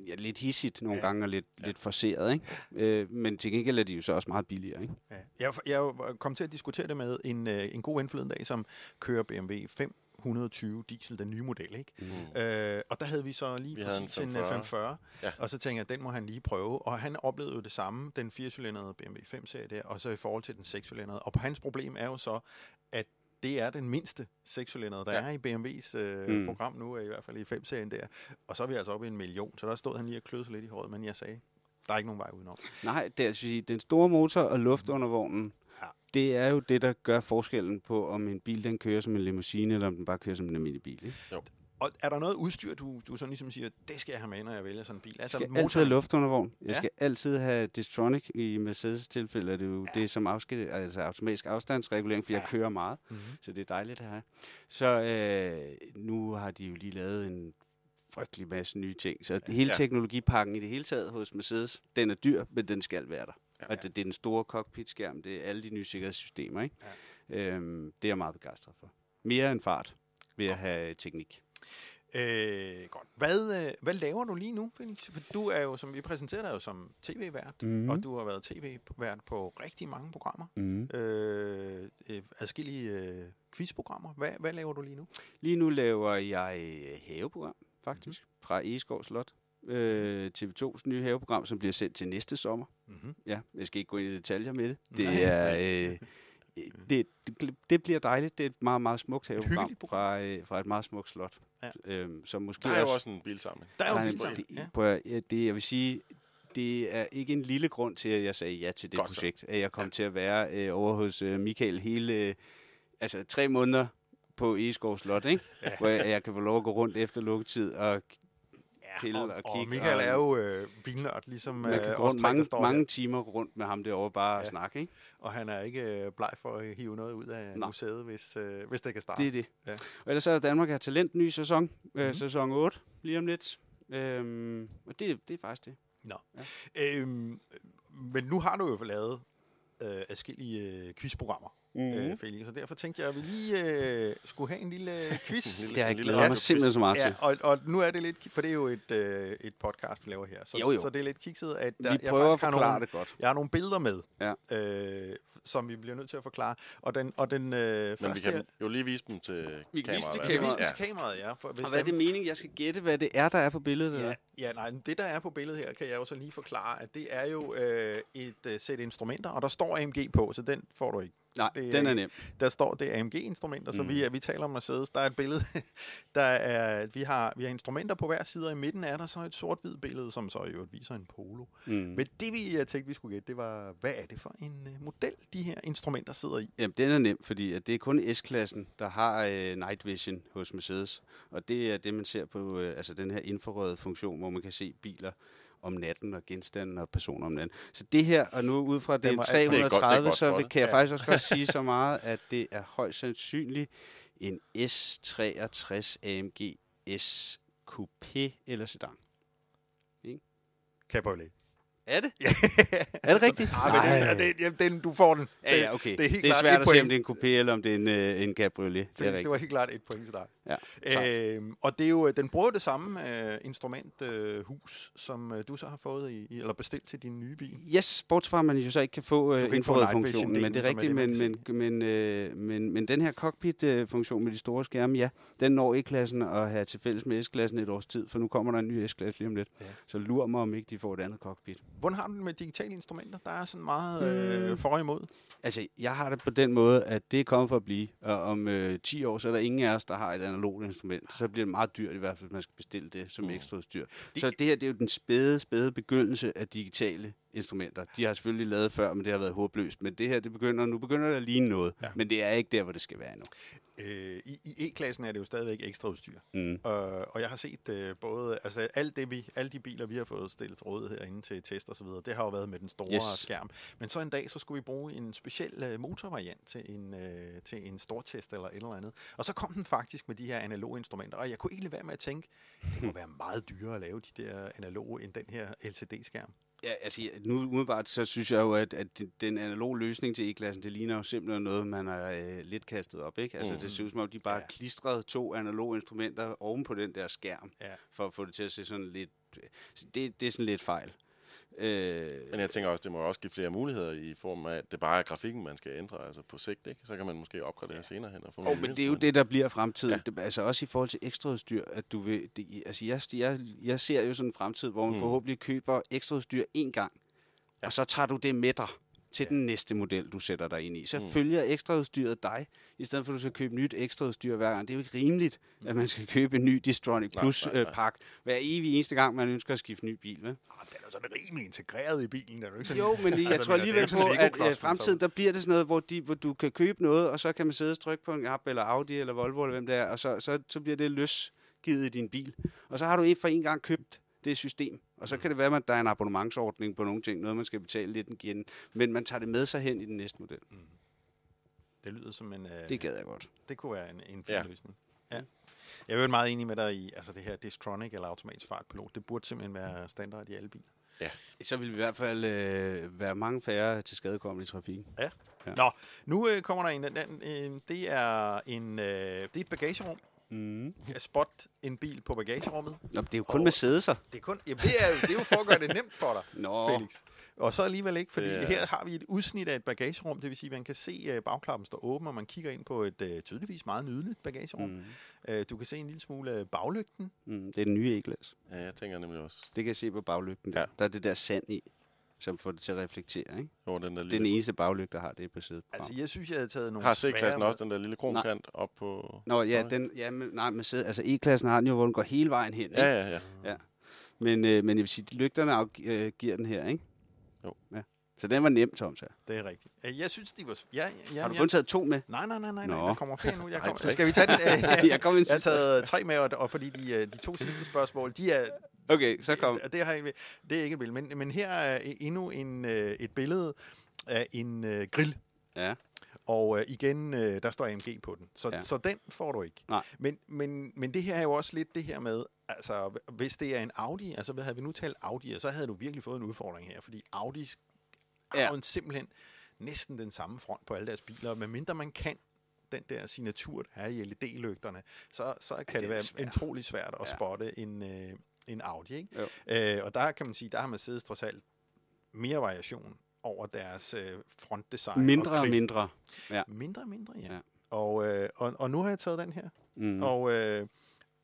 ja, lidt hissigt nogle
Ja.
gange, og lidt, lidt forceret, ikke? Øh, men til gengæld er de jo så også meget billigere, ikke?
Ja. Jeg, jeg kom til at diskutere det med en, øh, en god ven forleden dag, som kører BMW 520 diesel, den nye model, ikke? Mm. Øh, og der havde vi så lige
Vi
vi
havde en
præcis en
540.
540,
Ja.
ja. og så tænkte jeg, den må han lige prøve. Og han oplevede jo det samme, den 4-cylindrede BMW 5-serie der, og så i forhold til den 6-cylindrede. Og hans problem er jo så, at det er den mindste 6-cylindrede, der
Ja.
ja. er i BMW's øh, mm.
Mm.
program nu, i hvert fald i 5-serien der. Og så er vi altså oppe i en million, så der stod han lige og klødte sig lidt i håret, men jeg sagde, der er ikke nogen vej udenom.
Nej, det er altså sige, den store motor og luft under vognen,
Ja.
ja. det er jo det, der gør forskellen på, om en bil den kører som en limousine, eller om den bare kører som en almindelig bil, ikke?
Og er der noget udstyr, du, du sådan ligesom siger, det skal jeg have med, når jeg vælger sådan en bil?
Jeg
Altså,
skal
motor,
altid have luftundervogn. Jeg
Ja.
skal altid have Distronic. I Mercedes tilfælde er det jo ja. det, som afsked, altså automatisk afstandsregulering, for ja. Mhm. jeg kører meget.
Mm-hmm.
Så det er dejligt at have. Så øh, nu har de jo lige lavet en frygtelig masse nye ting. Så hele
Ja.
teknologipakken i det hele taget hos Mercedes, den er dyr, men den skal være der.
Ja.
Ja. Altså, det er den store cockpitskærm, det er alle de nye sikkerhedssystemer, ikke? Ja. Øhm, det er jeg meget begejstret for. Mere end fart ved at have teknik.
Øh, godt. Hvad, øh, hvad laver du lige nu, Felix? For du er jo, som vi præsenterede dig jo som tv-vært,
Mhm.
mm. og du har været tv-vært på rigtig mange programmer.
Mm.
Øh, øh, adskillige øh, quizprogrammer. Hvad, hvad laver du lige nu?
Lige nu laver jeg øh, haveprogram, faktisk,
Mhm.
mm-hmm. fra Egeskov Slot. Øh, TV2's nye haveprogram, som bliver sendt til næste sommer.
Mm-hmm.
Ja, jeg skal ikke gå ind i detaljer med det.
Nej.
Det er... Øh, det, det, det bliver dejligt. Det er et meget, meget smukt haveprogram
hyggeligt
fra, øh, fra et meget smukt slot.
Ja.
Øhm, som måske
Der er jo
også-
også en bilsamling.
Der er jo
Nej,
fint sammen.
det,
Ja.
prøv at, ja, det, jeg vil sige, det er ikke en lille grund til, at jeg sagde ja til det
Godt så.
projekt. At jeg kom ja. til at være øh, over hos øh, Michael hele øh, altså, tre måneder på Egeskov Slot, ikke? ja. hvor jeg, jeg kan få lov at gå rundt efter lukketid og pille
Ja,
og
og, og
kigge,
Michael
og-
er jo øh, bilnørd, ligesom
man kan
øh,
gå
os
rundt
tre,
mange,
der står
mange
her.
timer rundt med ham derovre bare ja. og snakke. Ikke?
Og han er ikke øh, bleg for at hive noget ud af
Nå.
museet, hvis, øh, hvis det kan starte.
Det er det.
Ja.
Ja. Og ellers så er Danmark har talent ny sæson, mm-hmm.
Mhm.
øh, sæson 8, lige om lidt. Øhm, og det, det er faktisk det.
Øhm, men nu har du jo lavet øh, adskillige øh, quizprogrammer,
Mhm.
mm. øh, Felix, og derfor tænkte jeg, at vi lige øh, skulle have en lille øh, quiz.
En lille-
Det har
en
jeg
lille
glædet mig
radioquiz.
simpelthen så meget til.
ja, og, og nu er det lidt, for det er jo et, øh, et podcast, vi laver her, så,
Jo, jo.
så det er lidt kikset, at
Vi
jeg, jeg
prøver at
faktisk har
forklare
nogle,
det godt.
jeg har nogle billeder med,
Ja.
øh, som vi bliver nødt til at forklare, og den, og den øh,
Men vi
første her,
kan jo lige vise dem til
Vi kan vise
kameraet.
til
i
kan
hvert fald.
vise
kameraet.
til kameraet, ja. For, hvis
Og hvad er
dem-
det meningen, jeg skal gætte, hvad det er, der er på billedet?
Ja,
Ja.
ja, nej, men det der er på billedet her, kan jeg jo så lige forklare, at det er jo øh, et øh, sæt instrumenter, og der står AMG på, så den får du ikke.
Nej,
Det er
det den er
ikke-
nem. Mm.
Der står, det er AMG-instrumenter, så vi, er- vi taler om Mercedes. Der er et billede, der er, vi, har, vi har instrumenter på hver side, og i midten er der så et sort-hvid billede, som så i øvrigt viser en polo. Mm.
Mm.
Men det vi jeg tænkte, vi skulle gætte, det var, hvad er det for en øh, model, de her instrumenter sidder i?
Jamen, den er nem, fordi at det er kun S-klassen, der har øh, night vision hos Mercedes. Og det er det, man ser på øh, altså den her infrarøde funktion, hvor man kan se biler om natten og genstande og personer om natten. Så det her, og nu ud fra den
var alt-
er godt- det er
330,
godt
så
spottet.
vil, kan jeg
Ja.
faktisk også godt sige så meget, at det er højst sandsynligt en S63 AMG S Coupé eller sedan.
Cabriolet.
Er det?
Ja.
Er det rigtigt?
Ah, men den, er- den, jamen, den, du får den.
Ja,
Den-
ja, okay.
Det er helt
det er
klart
svært
et
at se, om
point.
det er en coupé eller om det er en, øh, en cabriolet. Det er
Felix, det
rigtigt.
var helt klart et point til dig.
Ja, klart.
Øhm, og det er jo, øh, den bruger det samme øh, instrumenthus, øh, hus, som øh, du så har fået i, i- eller bestilt til din nye bil.
Yes, bortset fra, at man jo så ikke kan få
kan
øh,
ikke få
infrarød
night vision-delen,
funktionen, men det
som er
er rigtigt,
det, man
men, men, men, øh, men, men den her cockpit-funktion med de store skærme, ja, den når E-klassen og have til fælles med S-klassen et års tid, for nu kommer der en ny S-klasse lige om lidt.
Ja.
Ja. Så lurer mig, om ikke de får et andet cockpit.
Hvordan har du det med digitale instrumenter? Der er sådan meget øh, for og imod.
Altså, jeg har det på den måde, at det er kommet for at blive, og om øh, 10 år, så er der ingen af os, der har et analogt instrument. Så bliver det meget dyrt i hvert fald, hvis man skal bestille det som ekstra udstyr. Så det her, det er jo den spæde, spæde begyndelse af digitale instrumenter. De har selvfølgelig lavet før, men det har været håbløst. Men det her, det begynder, nu begynder det at ligne noget. Ja. Men det er ikke der, hvor det skal være endnu.
Øh, i, I E-klassen er det jo stadigvæk ekstra udstyr.
Mm.
Øh, og jeg har set øh, både, altså alt det vi, alle de biler, vi har fået stillet til rådighed herinde til test og så videre, det har jo været med den store yes.
Yes.
skærm. Men så en dag, så skulle vi bruge en speciel øh, motorvariant til en, øh, til en stortest eller et eller andet. Og så kom den faktisk med de her analoge instrumenter, og jeg kunne egentlig være med at tænke, det må være meget dyrere at lave de der analoge end den her LCD-skærm.
Ja, altså, ja, nu umiddelbart, så synes jeg jo, at, at de- den analoge løsning til E-klassen, det ligner jo simpelthen noget, man har øh, lidt kastet op, ikke? Altså, mm. det ser ud som om, de bare
Ja.
ja. klistrede to analoge instrumenter oven på den der skærm,
Ja.
ja. for at få det til at se sådan lidt... så Det, det er sådan lidt fejl. Øh,
Men jeg tænker også, det må også give flere muligheder i form af, at det bare er grafikken, man skal ændre altså på sigt. Ikke? Så kan man måske opgradere senere hen og få
Oh,
nogle nye
men det er jo
instrumenter.
det, der bliver fremtiden. Ja. Det, altså også i forhold til ekstraudstyr, at du vil... Det, altså jeg, jeg, jeg ser jo sådan en fremtid, hvor man mm. forhåbentlig køber ekstraudstyr én gang, ja. og så tager du det med dig til ja. den næste model, du sætter dig ind i. Så mm. følger ekstraudstyret dig, i stedet for at du skal købe nyt ekstraudstyr hver gang. Det er jo ikke rimeligt, at man skal købe en ny Distronic
nej, nej.
Plus-pakke hver evig eneste gang, man ønsker at skifte en ny bil. Vel?
Arh, Ah, den er jo sådan rimelig integreret i bilen, er du ikke sådan?
Jo, men jeg
Altså,
tror
det er jo
alligevel
sådan en
på, at
Lego-klods,
øh,
man tager ud.
fremtiden, der bliver det sådan noget, hvor, de, hvor du kan købe noget, og så kan man sidde og trykke på en app, eller Audi, eller Volvo, eller hvem det er, og så, så, så bliver det løs opgivet i din bil, og så har du ikke for en gang købt det system. Og så kan det være, at der er en abonnementsordning på nogle ting, noget man skal betale lidt igen, men man tager det med sig hen i den næste model.
Det lyder som en... Øh,
Det gad jeg godt.
Det kunne være en, en fin ja.
Ja.
løsning. Ja. Jeg er jo meget enig med dig i, altså det her Distronic eller automatisk fartpilot, det burde simpelthen være standard i alle biler.
Så vil vi i hvert fald øh, være mange færre til skadekommende i trafikken.
Ja. ja.
Ja.
Nå, nu øh, kommer der en anden. Øh, det, er en øh, det er et bagagerum.
Mm.
Jeg spot en bil på bagagerummet.
Nå, det er jo
Og-
kun med sædelser.
Det er, kun, jamen, det, er, jo- det er jo for at gøre det nemt for dig,
Nå.
Felix. Og så alligevel ikke, fordi
Det
ja.
er-
her har vi et udsnit af et bagagerum, det vil sige, at man kan se øh, bagklappen står åben, og man kigger ind på et øh, tydeligvis meget nydeligt bagagerum. Mm.
Mm.
Øh, du kan se en lille smule af baglygten.
Mm. Det er den nye e-glas.
Ja, jeg tænker nemlig også
Det kan jeg se på baglygten. Der.
Ja.
der er det der sand i, som får det til at reflektere. Ikke?
over den der
Det er den
lille...
eneste baglygte, der har det på sædet.
Altså, jeg synes, jeg havde taget nogle
Har C-klassen
svære-
også den der lille kromkant op på...
Nå, ja,
Nå,
den, ja men, nej, men sæde, altså E-klassen har den jo, hvor den går hele vejen hen. Ikke?
Ja, ja, ja.
Men, øh, men jeg vil sige, lygterne afg- øh, giver den her, ikke?
Jo.
Ja. Så den var nem, Tom. Så.
Det er rigtigt. Øh, Jeg synes, de var... s- Ja, ja,
Har du
ja.
kun taget to med?
Nej, nej, nej, nej, nej.
Nå.
Der kommer flere nu. Jeg
Nej,
kommer.
tre.
Skal vi tage den? øh,
jeg kom ind
Jeg har
sidst.
taget tre med, og, og fordi de, øh, de to sidste spørgsmål, de er...
Okay, så kom.
Det, det, har jeg, det er ikke et billede, men, men her er endnu en, øh, et billede af en øh, grill.
Ja.
Og øh, igen, øh, der står AMG på den. Så, ja.
Ja.
så den får du ikke.
Nej.
Men, men, men det her er jo også lidt det her med, altså hvis det er en Audi, altså hvad havde vi nu talt Audi, så havde du virkelig fået en udfordring her, fordi Audi har
Ja.
jo en simpelthen næsten den samme front på alle deres biler, medmindre man kan den der signatur, der er i LED-lygterne, så, så kan
den
det
er
være
svær.
utrolig svært at
Ja.
spotte en, øh, en Audi. Ikke?
Jo.
Øh, og der kan man sige, der har man siddet trods alt mere variation over deres øh, frontdesign.
Mindre og
grill.
mindre.
Mindre og mindre, ja. ja.
Ja.
Og, øh, og, og nu har jeg taget den her.
Mm.
Mm. Og, øh,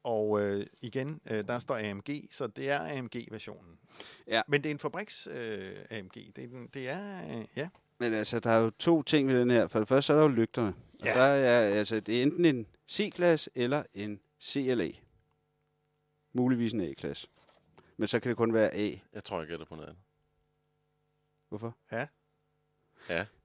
og øh, igen, øh, der står AMG, så det er AMG-versionen.
Ja.
Men det er en fabriks øh, AMG. Det er, den, det er øh, ja.
Men altså, der er jo to ting ved den her. For det første, så er der jo lygterne. Og
Ja.
der er, altså, det er enten en C-klasse eller en CLA. Muligvis en A-klasse. Men så kan det kun være A.
Jeg tror, jeg gætter på noget andet. Altså,
Hvorfor?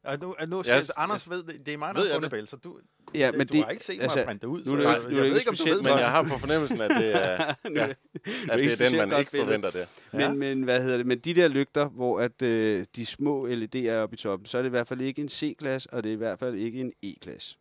Og nu, og nu
Jeg-
yes, Anders ved, det, det er mig, der
Ved
har
jeg
fundet
det?
bælge, så du,
Ja,
men du det, har ikke set altså, mig printe det ud.
nu
så
er det-
jeg-
nu er
jeg
det
ved
ikke
ikke, om du ved
specielt
det.
Men jeg har på fornemmelsen, at det er,
nu er
Ja.
det- nu
at
ikke
det er den,
specielt
man
godt
ikke
billede.
forventer der.
Men,
Ja.
men hvad hedder det? Men de der lygter, hvor at øh, de små LED'er er oppe i toppen, så er det i hvert fald ikke en C-klasse, og det er i hvert fald ikke en E-klasse.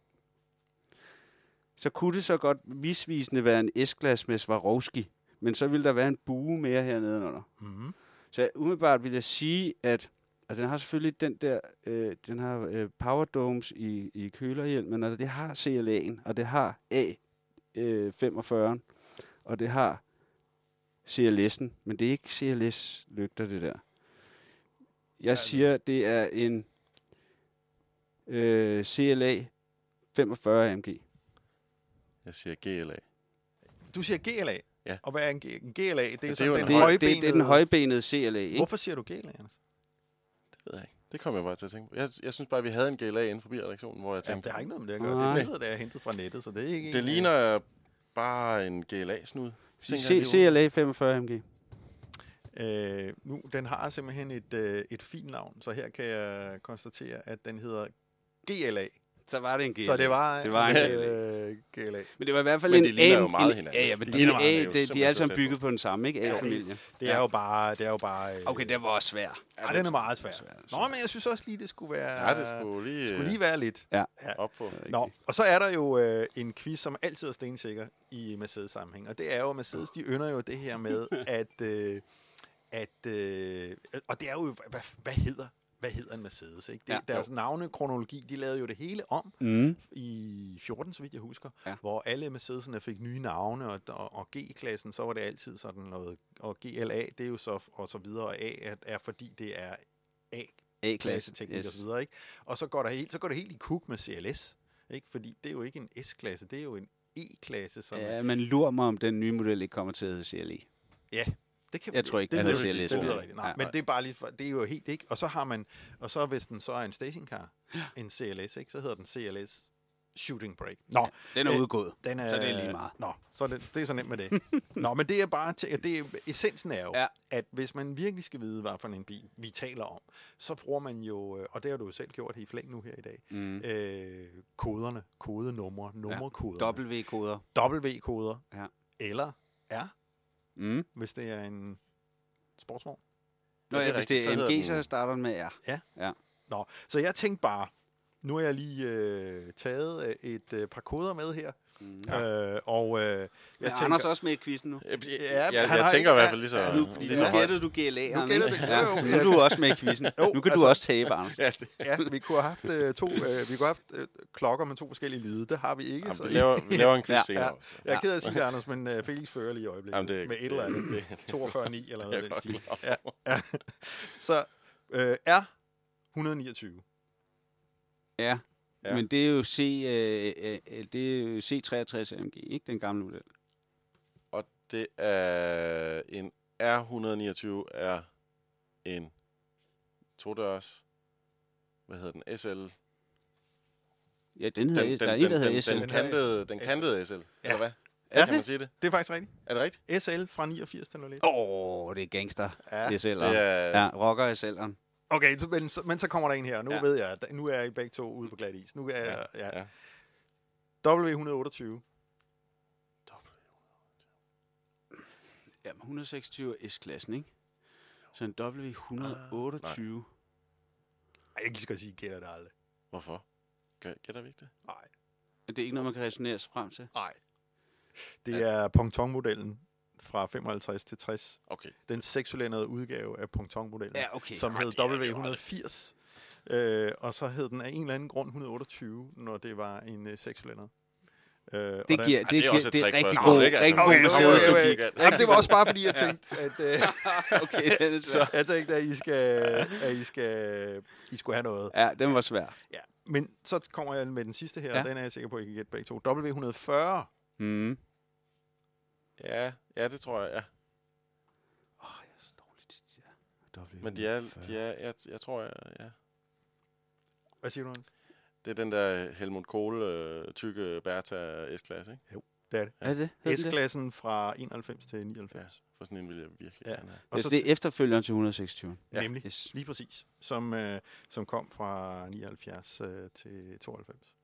Så kunne det så godt misvisende være en S-klasse med Swarovski, men så ville der være en bue mere hernede under.
Mm-hmm.
Så umiddelbart vil jeg sige, at altså, den har selvfølgelig den der, øh, den har øh, Power Domes i, i kølerhjelmen, og det har CLA'en, og det har A45'en, og det har CLS'en, men det er ikke CLS-lygter, det der. Jeg siger, det er en øh, CLA 45 AMG.
Jeg siger GLA.
Du siger GLA.
Ja.
Og hvad er en, G- en GLA? Det er jo
det
sådan
er jo
den
en
Det, er- det,
højbenede.
det er den højbenede CLA, ikke?
Hvorfor siger du GLA, Anders?
Det ved jeg ikke. Det kom jeg bare til at tænke på. Jeg, jeg synes bare, at vi havde en GLA inde forbi redaktionen, hvor jeg
Jamen,
tænkte, "Hmm,
det har ikke noget med det at gøre. Det
Nej.
er billedet, der er hentet fra nettet, så det er ikke...
det
en-
ligner bare en GLA-snud.
C- CLA 45 AMG.
Øh, nu, den har simpelthen et, øh, et fint navn, så her kan jeg konstatere, at den hedder GLA.
Så var det en GLA.
Så det var,
Det var en
øh, GLA.
Men det var i hvert fald
Men
en
de ligner
A-
jo meget
en-
hinanden.
Ja, ja, men
De
det
ligner
er
meget, det
en
er jo
A, det, de er
simpelthen
alle
så
sammen
tæt
bygget på den samme, ikke? A-familie.
Det er jo bare... Det er jo bare øh,
Okay, den var også svær.
ja, den er meget svær.
svær, altså.
Nå, men jeg synes også lige, det skulle være...
Ja, det skulle lige, øh,
skulle lige være lidt.
Ja.
op på.
Nå, og så er der jo øh, en quiz, som altid er stensikker i Mercedes-sammenhæng, og det er jo, at Mercedes, de ynder jo det her med, at... Øh, at øh, og det er jo, hvad, hvad hedder hvad hedder en Mercedes? Ikke? Det, ja,
Ja,
deres navnekronologi, de lavede jo det hele om
Mm.
i 14, så vidt jeg husker, ja.
Ja.
hvor alle Mercedes'erne fik nye navne, og, og, og G-klassen, så var det altid sådan noget, og GLA, det er jo så, og så videre, og A er, er fordi det er
A-klasse.
A-klasseteknik yes. og så videre, ikke? Og så går, der helt, så går det helt i kuk med CLS, ikke? Fordi det er jo ikke en S-klasse, det er jo en E-klasse, som ja.
Ja, man lurer mig, om den nye model ikke kommer til at hedde E. CLE.
ja, det kan
Jeg tror ikke,
det,
den
lyder
hedder
rigtigt,
CLS.
Det lyder rigtigt. Nej,
Nej.
men det er bare lige, for, det er jo helt ikke. Og så har man, og så hvis den så er en stationcar, en CLS, ikke? Så hedder den CLS Shooting Brake. Nå,
Den
Øh,
er udgået.
Den er,
Så det er lige meget.
Nå, så er det, det er så nemt med det. Nå, men det er bare... Til, det er, essensen er jo, ja.
Ja.
at hvis man virkelig skal vide, hvad for en bil vi taler om, så bruger man jo, øh, og det har du jo selv gjort i flæng nu her i dag, mm. øh, koderne, kodenumre, nummerkoder,
W-koder.
W-koder,
Ja.
eller R,
Mm.
hvis det er en sportsvogn.
Nå,
Ja, det
ja,
er
hvis det
rigtigt, så
er
hedder
MG,
den-
så starter den med R.
Nå, så jeg tænkte bare, nu har jeg lige øh, taget øh, et øh, par koder med her,
Mm. Ja.
ja. øh, og øh, jeg
Jeg tænker... Anders også med i quizzen nu.
Jeg, jeg,
Ja,
jeg,
men han
jeg
har
tænker
ikke-
i hvert fald lige så,
Ja,
Nu, fordi
lige
nu
så højt.
gættede du GLA'eren,
Nu gættede
ikke?
vi-
Ja,
jo, jo.
så nu er du også med i quizzen.
Jo,
nu kan du også tabe, Anders.
Ja, det,
Ja, vi kunne have haft øh, to, øh, vi kunne have haft øh, klokker med to forskellige lyde. Det har vi ikke.
jamen,
så
vi, laver, vi laver en quiz
Ja.
ja. senere
Ja.
også.
jeg er ked af at sige det, Anders, men øh, Felix fører lige i øjeblikket
Jamen, det er-
med et eller andet.
det- det-
42,9 eller noget
Jeg
af
er
den
godt
stil.
klar
Ja, ja. Så øh, er 129.
Ja.
Ja.
Men det er jo C, øh, øh, øh, det er jo C63 AMG, ikke den gamle model.
Og det er en R129 er en todørs, hvad hedder den, SL? Den,
Ja, den hedder,
den,
der er
den,
en, der hedder
den,
SL.
den, kantede, den
SL.
kantede SL, ja. eller hvad?
Er
kan
det?
man sige det?
Det er faktisk rigtigt.
Er det rigtigt?
SL fra 89 til 01.
Åh, oh, det er gangster.
Ja.
Det er øh, SL'eren.
Det er,
Ja, rocker SL'eren.
Okay, så, men, så, men så kommer der en her. Nu
Ja.
ja. ved jeg, at nu er I begge to ude på glat is. Nu er jeg, ja.
ja.
W128.
Ja, men 126 er S-klassen, ikke? Så en W128.
Ah,
Ej, jeg kan lige så godt sige, I gætter det aldrig.
Hvorfor? Gør- Gætter vi ikke det?
Nej,
det er ikke noget, man kan resonere sig frem til.
nej. Det er pontonmodellen fra 55 til 60.
Okay.
Den sekscylindrede udgave af pontonmodellen.
Ja, okay.
som
Ej,
hed
det er det jo
W180. Øh, og så hed den af en eller anden grund 128, når det var en øh, sekscylinder. Øh, og
Det
den-
giver,
Ej,
det,
det er
giver,
også et
det er
trick,
rigtig
Frederik.
god,
Ikke? Altså,
rigtig
Okay,
god
okay,
Mercedes
okay,
logik.
okay. Jamen, det var også bare fordi, jeg tænkte, at, øh,
okay, den er svær.
så jeg tænkte, at, I, skal, at I, skal, I skulle have noget.
Ja, den var svær.
Ja. Men så kommer jeg med den sidste her,
Ja.
ja. og den er jeg sikker på, at I kan gætte begge to. W140.
Mm.
Ja, ja, det tror jeg, ja.
Åh, jeg er så dårlig til de der.
Men de er, de er jeg, jeg tror, jeg, ja.
Hvad siger du, Hans?
Det er den der Helmut Kohl, øh, tykke Bertha S-klasse, ikke?
Er det? Hed den det?
S-klassen fra 91 til 99.
For sådan en vil jeg virkelig
Ja.
gerne have.
Og
Altså,
så
det er efterfølgeren til 126.
ja. nemlig,
Yes.
lige præcis, som, øh, som kom fra 79 øh, til 92.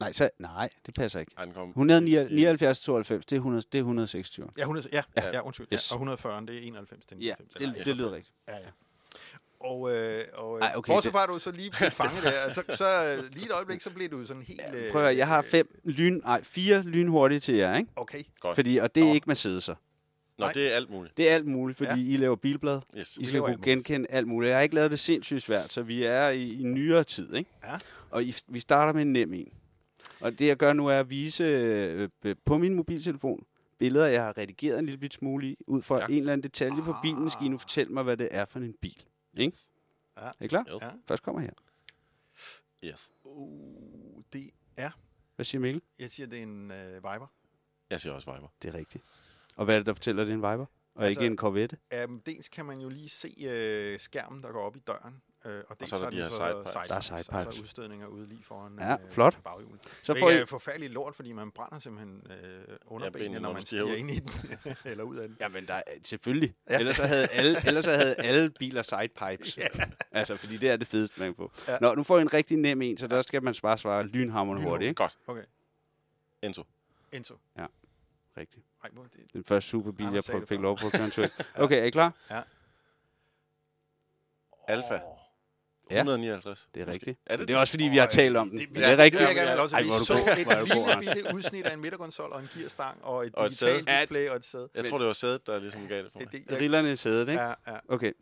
Nej, så, nej, det passer ikke.
Ej, den kom-
179 92, det er, 100, det er 126.
Ja, 100, ja,
Ja.
ja. ja undskyld.
Yes.
Yes. Ja, og 140, det er 91 til
Ja,
99. eller
det,
ja.
det lyder rigtigt.
Ja, ja. Og, øh, og
Ej,
Ej,
okay,
okay, bortset
det-
fra, at du så lige blev fanget der, så, så øh, lige et øjeblik, så blev du sådan helt... Øh,
Prøv at høre, jeg har
øh,
fem lyn, nej, fire lynhurtige til jer, ikke?
Okay,
Godt.
Fordi, og det er
Nå.
ikke Mercedes'er.
Nå,
Nej.
det er alt muligt.
Det er alt muligt, fordi ja. I laver bilblad.
Yes.
I skal
laver
kunne
alt muligt.
genkende alt muligt. Jeg har ikke lavet det sindssygt svært, så vi er i, i nyere tid, ikke?
Ja.
Og I, vi starter med en nem en. Og det, jeg gør nu, er at vise øh, øh, på min mobiltelefon billeder, jeg har redigeret en lille bit smule i, ud fra ja.
Ja.
en eller anden detalje på bilen, skal I nu
Ah.
fortælle mig, hvad det er for en bil. Ikke?
Ja.
Er I klar?
Yes.
Ja.
Først kommer her.
yes.
uh, det er...
Hvad siger Mikkel?
Jeg siger, det er en øh, Viber.
Jeg siger også Viber.
Det er rigtigt. Og hvad er det, der fortæller, at det er en Viber? Og altså,
Altså-
ikke en Corvette?
Um, dels kan man jo lige se øh, skærmen, der går op i døren. Øh, og, dels
så er der
har
de
den
her sidepipes.
sidepipes,
Der er sidepipes.
Altså udstødninger ude lige foran øh,
Ja, flot.
baghjulet.
Så
Det
får
er
I...
forfærdeligt lort, fordi man brænder simpelthen øh,
benene,
underbenene,
når
når
man
man
stiger
stiger
ud.
ind i den. eller ud af den.
Jamen, der er, selvfølgelig. Ja. Ellers, så havde alle, ellers så havde alle biler sidepipes. Ja. altså, fordi det er det fedeste, man kan få. Ja.
Ja.
Nå, nu får I en rigtig nem en, så der skal man bare svare lynhammeren
Lynhurtigt.
hurtigt, ikke?
Godt.
Okay,
Enzo.
Enzo.
Rigtigt.
Ej, hvor er det,
Den første superbil, jeg
Anders sagde
prøv,
det
fik
før.
lov på at køre en tur. i. Okay, er I klar?
Alfa.
Åh.
Ja.
159.
Det er
Måske.
rigtigt.
Er det
det er også, fordi vi har
Øj,
talt om den.
Det,
Men det er rigtigt.
Det vil jeg gerne have lov til.
Ej,
Vi
hvor er du
så
god. Hvor er
et
du god,
lille
Anders.
bitte udsnit af en midterkonsol og en gearstang og et
Og et
digitalt
sæde.
display og et sæde.
Jeg tror, det var sædet, der ligesom gav det for mig.
Det, det, jeg,
Rillerne i sædet, ikke?
ja, ja,
Okay,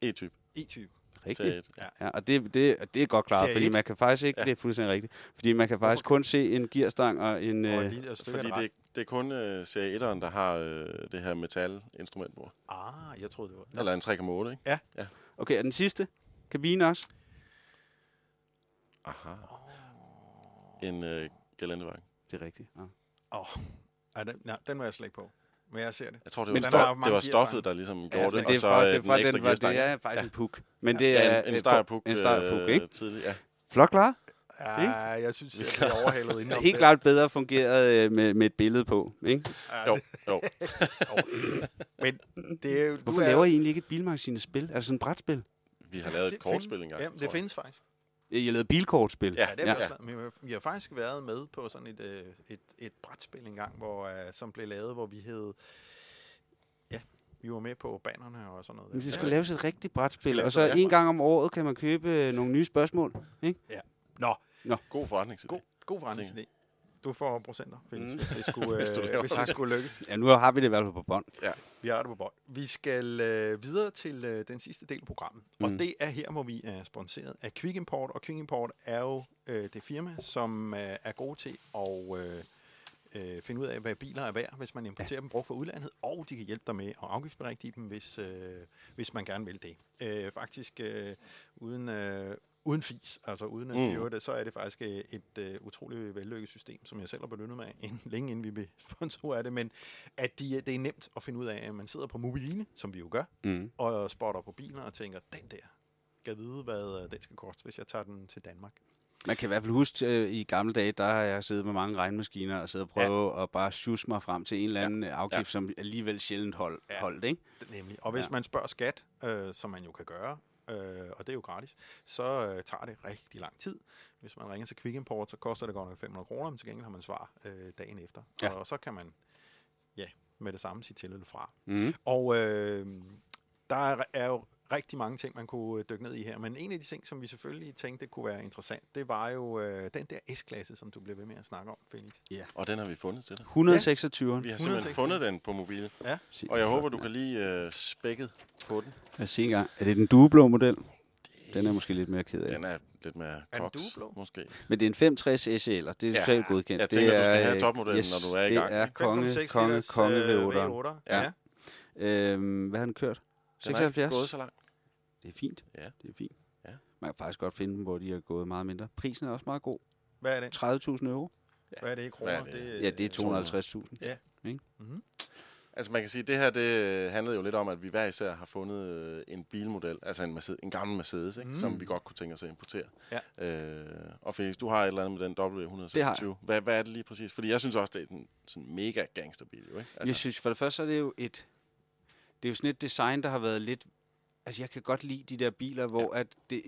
E-type.
E-type.
rigtigt.
Sædet.
Ja, og det, det, og det er godt klaret,
Serie
fordi
et.
man kan faktisk ikke,
Ja.
det er fuldstændig rigtigt, fordi man kan faktisk kun se en gearstang og en...
Og
Øh,
et lille stykke af
Fordi
det. ret.
det, det er kun øh, serie 1'eren, der har øh, det her metalinstrumentbord.
Ah, jeg troede, det var... Nå,
Eller en 3,8, ikke?
okay, og den sidste? Kabine også?
Aha. En øh, gelændevagen.
Det er rigtigt. Ah. Ja.
Ej, den, nej, den var jeg slet ikke på. Men jeg ser det.
Jeg tror, det var,
Men
stof,
for- der er mange
det var
gearstange.
stoffet, der ligesom gjorde
Ja,
det.
men
Og
det er
så
fra, det
øh,
er fra
den ekstra
den, var,
gearstang.
det er faktisk en puk. Men det er
Ja, en, en starpuk.
En starpuk,
øh,
ikke?
Tidlig, ja.
Flot klar.
Ja, Ah, jeg synes, jeg blev overhalet inden.
Helt klart bedre fungeret øh, med, med et billede på, ikke?
Jo,
Jo.
jo.
Men det er jo... du
Hvorfor
er-
laver I egentlig ikke et bilmagasinet spil? Altså sådan et brætspil? Øh,
Vi har lavet et
det
kortspil
findes-
engang.
Jamen, det findes faktisk.
Jeg lavede bilkortspil.
Ja,
Ja, det
ja.
har vi, også lavet. Men vi har- vi har faktisk været med på sådan et, øh, et, et brætspil engang, hvor, øh, som blev lavet, hvor vi hed... Ja, vi var med på banerne og sådan noget.
Men
der.
det skulle laves et rigtigt brætspil,
lave
og så
noget, ja.
en gang om året kan man købe øh, nogle nye spørgsmål. Ikke?
Nå,
God forretningsidé.
god, god forretningsidé. Du får procenter, Felix, mm. hvis det skulle,
Hvis
hvis
du laver
hvis det
det.
skulle lykkes.
Ja, nu har vi det i hvert fald på bånd.
Vi har det på bånd. Vi skal øh, videre til øh, den sidste del af programmet, og
Mm.
det er her, hvor vi er sponsoreret af Quick Import, og Quick Import er jo øh, det firma, som øh, er gode til at øh, øh, finde ud af, hvad biler er værd, hvis man importerer ja. dem brugt fra udlandet, og de kan hjælpe dig med at afgiftsberigtige dem, hvis, øh, hvis man gerne vil det. Øh, faktisk øh, uden... Øh, Uden fis, altså uden at
Mm.
mm. det, så er det faktisk øh, et øh, utroligt vellykket system, som jeg selv har belønnet mig af, længe inden vi blev sponsor af det, men at de, øh, det er nemt at finde ud af, at man sidder på mobiline, som vi jo gør,
Mm.
og spotter på biler og tænker, den der, skal vide, hvad øh, den skal koste, hvis jeg tager den til Danmark.
Man kan i hvert fald huske, øh, i gamle dage, der har jeg siddet med mange regnmaskiner og siddet og prøvet ja. at bare sjusse mig frem til en eller anden ja. afgift, ja. som alligevel sjældent hold,
Ja.
holdt. Ikke?
Nemlig. Og hvis
Ja.
ja. man spørger skat, øh, som man jo kan gøre, øh, og det er jo gratis, så øh, tager det rigtig lang tid. Hvis man ringer til Quick Import, så koster det godt nok 500 kroner, men til gengæld har man svar øh, dagen efter.
Ja.
Ja. Og så kan man ja, med det samme sige til eller fra.
Mm.
Og øh, der er- er jo rigtig mange ting, man kunne øh, dykke ned i her, men en af de ting, som vi selvfølgelig tænkte kunne være interessant, det var jo øh, den der S-klasse, som du blev ved med at snakke om, Felix.
Og den har vi fundet til dig.
126'eren.
Vi har simpelthen
116.
fundet den på mobilen.
Ja.
Og jeg håber, du kan lide øh, spækket på den.
Lad os se engang. Er det den dueblå model? Den er måske lidt mere ked af.
Den er lidt mere
den
koks,
dueblå?
måske.
Men det er en 560 SL'er. Det er
Ja,
ja, totalt godkendt.
jeg tænker,
det
du skal
er,
have
øh,
topmodellen, når du er i gang. øh,
Det er konge, konge, konge V8'eren.
V8.
Ja.
øh, Ja. ja.
Øhm, hvad har den kørt?
Den er ikke
76?
gået så langt.
Det er fint.
Ja.
Det er fint.
Ja.
Man kan faktisk godt finde dem, hvor de er gået meget mindre. Prisen er også meget god.
Hvad er det?
30.000 euro.
Hvad er det i kroner?
Hvad er det?
Ja, det er 250.000.
Mm-hmm.
Altså man kan sige, at det her det handlede jo lidt om, at vi hver især har fundet øh, en bilmodel, altså en, Mercedes, en gammel Mercedes, ikke? Mm.
Mm.
som vi godt kunne tænke os at importere.
Ja.
Øh, og Felix, du har et eller andet med den
Det har
W126. Hvad, hvad er det lige præcis? Fordi jeg synes også, det er en sådan mega gangsterbil, jo, ikke?
Altså. Jeg synes, for det første så er det jo et... Det er jo sådan et design, der har været lidt... Altså, jeg kan godt lide de der biler, hvor ja. at det,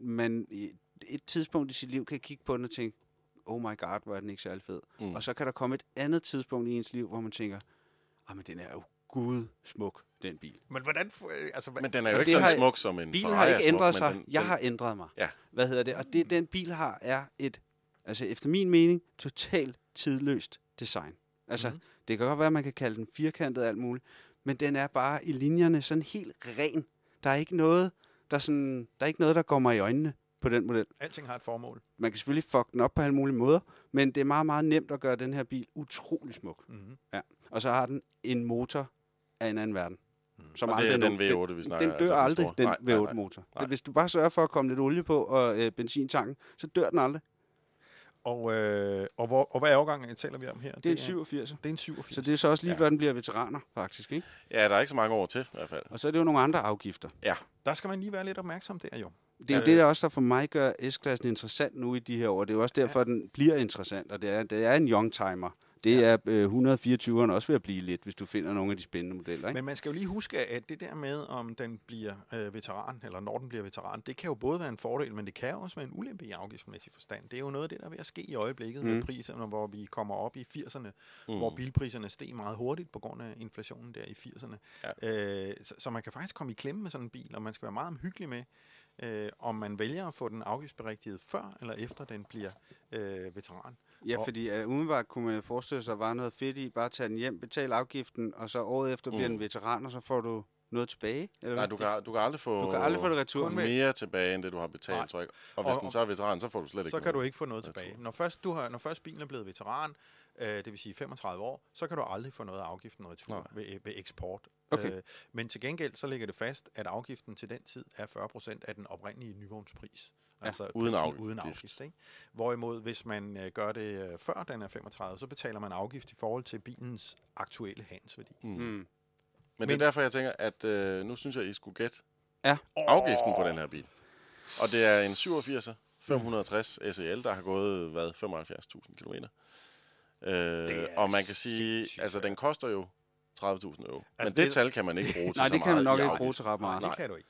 man i et tidspunkt i sit liv kan kigge på den og tænke, oh my god, hvor er den ikke særlig fed.
Mm.
Mm. Og så kan der komme et andet tidspunkt i ens liv, hvor man tænker, ah, men den er jo gud smuk, den bil.
Men hvordan... får- øh, Altså, hvad?
men den er jo
Men
ikke
det
så
har-
smuk som en
Bilen har
Ferrari er
ikke ændret
smuk,
sig.
men Den,
jeg
den,
har ændret mig.
Ja.
Hvad hedder det? Og det, den bil har, er et, altså efter min mening, totalt tidløst design. Altså, mm.
Mhm.
det kan godt være, at man kan kalde den firkantet og alt muligt, men den er bare i linjerne sådan helt ren. Der er ikke noget, der, sådan, der, er ikke noget, der går mig i øjnene på den model.
Alting har et formål.
Man kan selvfølgelig fuck den op på alle mulige måder, men det er meget, meget nemt at gøre den her bil utrolig smuk.
Mm-hmm.
Og så har den en motor af en anden verden.
Mm.
Som
og det er
aldrig
den
nogen-
V8, vi snakker altså
den dør aldrig, den
Nej,
V8-motor.
nej.
Hvis du bare sørger for at komme lidt olie på og øh, benzintanken, så dør den aldrig.
Og, øh, og, hvor, og hvad årgang taler vi om her?
Det er en 87.
Det er en 87.
Så det er så også lige
Ja.
ja. før, den bliver veteraner, faktisk. Ikke?
nej. Ja, der er ikke så mange år til, i hvert fald.
Og så er det jo nogle andre afgifter.
Der skal man lige være lidt opmærksom der, jo.
Det er jo
Ja.
det, der også der for mig gør S-klassen interessant nu i de her år. Det er jo også derfor, den bliver interessant, og det er, det er en youngtimer. Det er øh, 124'eren også ved at blive lidt, hvis du finder nogle af de spændende modeller. Ikke?
Men man skal jo lige huske, at det der med, om den bliver øh, veteran, eller når den bliver veteran, det kan jo både være en fordel, men det kan jo også være en ulempe i afgiftsmæssig forstand. Det er jo noget af det, der er ved at ske i øjeblikket mm.
Mm.
med priserne, hvor vi kommer op i 80'erne, mm. hvor bilpriserne steg meget hurtigt på grund af inflationen der i 80'erne. Ja. Øh, så, så man kan faktisk komme i klemme med sådan en bil, og man skal være meget omhyggelig med, øh, om man vælger at få den afgiftsberigtiget før eller efter den bliver øh, veteran.
Ja,
Og-
fordi uh, umiddelbart kunne man forestille sig, at der var noget fedt i, bare at tage den hjem, betale afgiften, og så året efter bliver
Mm.
den veteran, og så får du noget tilbage. Eller
Nej,
hvad?
du kan, du kan aldrig få,
Du kan aldrig få det retur.
kun mere tilbage, end det, du har betalt,
Nej.
tror jeg. Og hvis
Og-
den så er veteran, så får du slet ikke
så kan du
noget.
ikke få noget
Jeg
tilbage.
tror.
Når først, du har, når først bilen er blevet veteran, øh, det vil sige 35 år, så kan du aldrig få noget af afgiften
Nej.
retur ved, ved eksport.
Okay.
Øh, men til gengæld så ligger det fast, at afgiften til den tid er 40 procent af den oprindelige nyvognspris. Altså
Ja,
uden
prisen
afgift.
uden afgift ikke? Hvorimod, hvis man øh, gør det øh, før den er 35, så betaler man afgift i forhold til bilens aktuelle handelsværdi.
Mm.
Men, Men det
Men-
er derfor, jeg tænker, at øh, nu synes jeg, I skulle gætte
Ja.
afgiften på den her bil. Og det er en 87'er 560 SEL, E der har gået, hvad, 75.000 km. Øh,
er
og man kan sige,
sindssygt
altså den koster jo 30.000 euro. Men det,
Altså,
det
det-
tal kan man ikke bruge til
Nej,
så
det kan man nok
meget i
ikke
afgift.
bruge til ret
Nej,
meget.
det kan du ikke.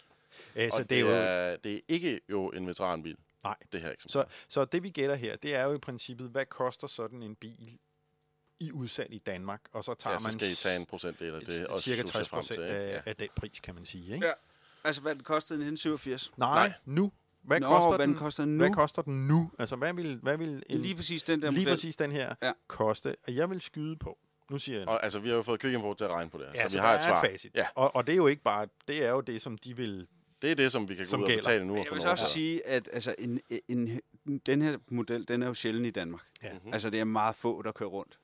Øh, så
Og
det er jo...
det er ikke jo en veteranbil.
Nej.
det her eksempel.
Så, så det vi gætter her, det er jo i princippet, hvad koster sådan en bil i udsat i Danmark? Og så tager
ja, så
man
skal I
s-
tage en procentdel af det, og
cirka
suge jer
60
frem
procent
til. ikke?
af,
Ja.
af den pris, kan man sige. Ikke?
Ja. Altså, hvad den kostede i 1987?
Nej,
Nej.
Nej, nu. Hvad,
Nå,
koster
hvad
den,
den koster nu?
Hvad koster den nu? Altså, hvad vil, hvad vil en,
Lige præcis den der
lige
model.
præcis den her
Ja.
ja. koste? Og jeg vil skyde på. Nu siger jeg noget.
Og, altså, vi har jo fået Quickenborg til at regne på det, her, så vi
der
har et
er
svar.
facit.
Ja,
Og, og det er jo ikke bare, det er jo det, som de vil...
det er det, som vi kan gå
Som
ud og
gælder.
betale nu. Og
Jeg
få
vil så
nogle
også
år.
sige, at altså, en, en, en, den her model, den er jo sjældent i Danmark.
Ja.
Mm-hmm. Altså, det er meget få, der kører rundt.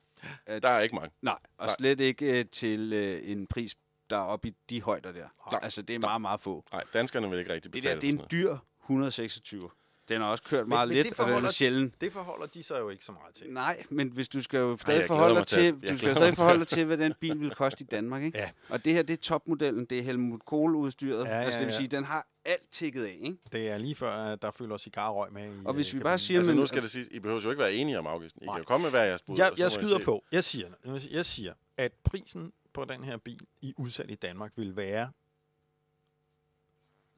Der er ikke mange.
Nej, og
Nej.
slet ikke øh, til øh, en pris, der er oppe i de højder der.
Nej.
Altså, det er meget, meget få.
Nej, danskerne vil ikke rigtig
Det
betale.
der, det er
for
en dyr 126. Den har også kørt meget
men
lidt,
det
og den er
forholder-
sjældent.
Det forholder de sig jo ikke så meget til.
Nej, men hvis du skal jo stadig
jeg glæder
forholde dig
mig til at-
til,
jeg
du skal
glæder
jo stadig
mig
forholde dig til, hvad den bil vil koste i Danmark, ikke?
Ja.
Og det her, det er topmodellen, det er Helmut Kohl-udstyret.
Ja, ja,
altså, det vil
ja.
sige, den har alt tækket af, ikke?
Det er lige før, at der følger cigarrøg med. I,
Og hvis
øh,
vi
kabinen.
bare siger,
Altså,
men,
nu skal det sige, I behøver jo ikke være enige om afgiften. I kan jo komme med hver jeres bud. og
Jeg,
så
jeg
må I
skyder
se.
på. Jeg siger, jeg siger, at prisen på den her bil i udsalg i Danmark vil være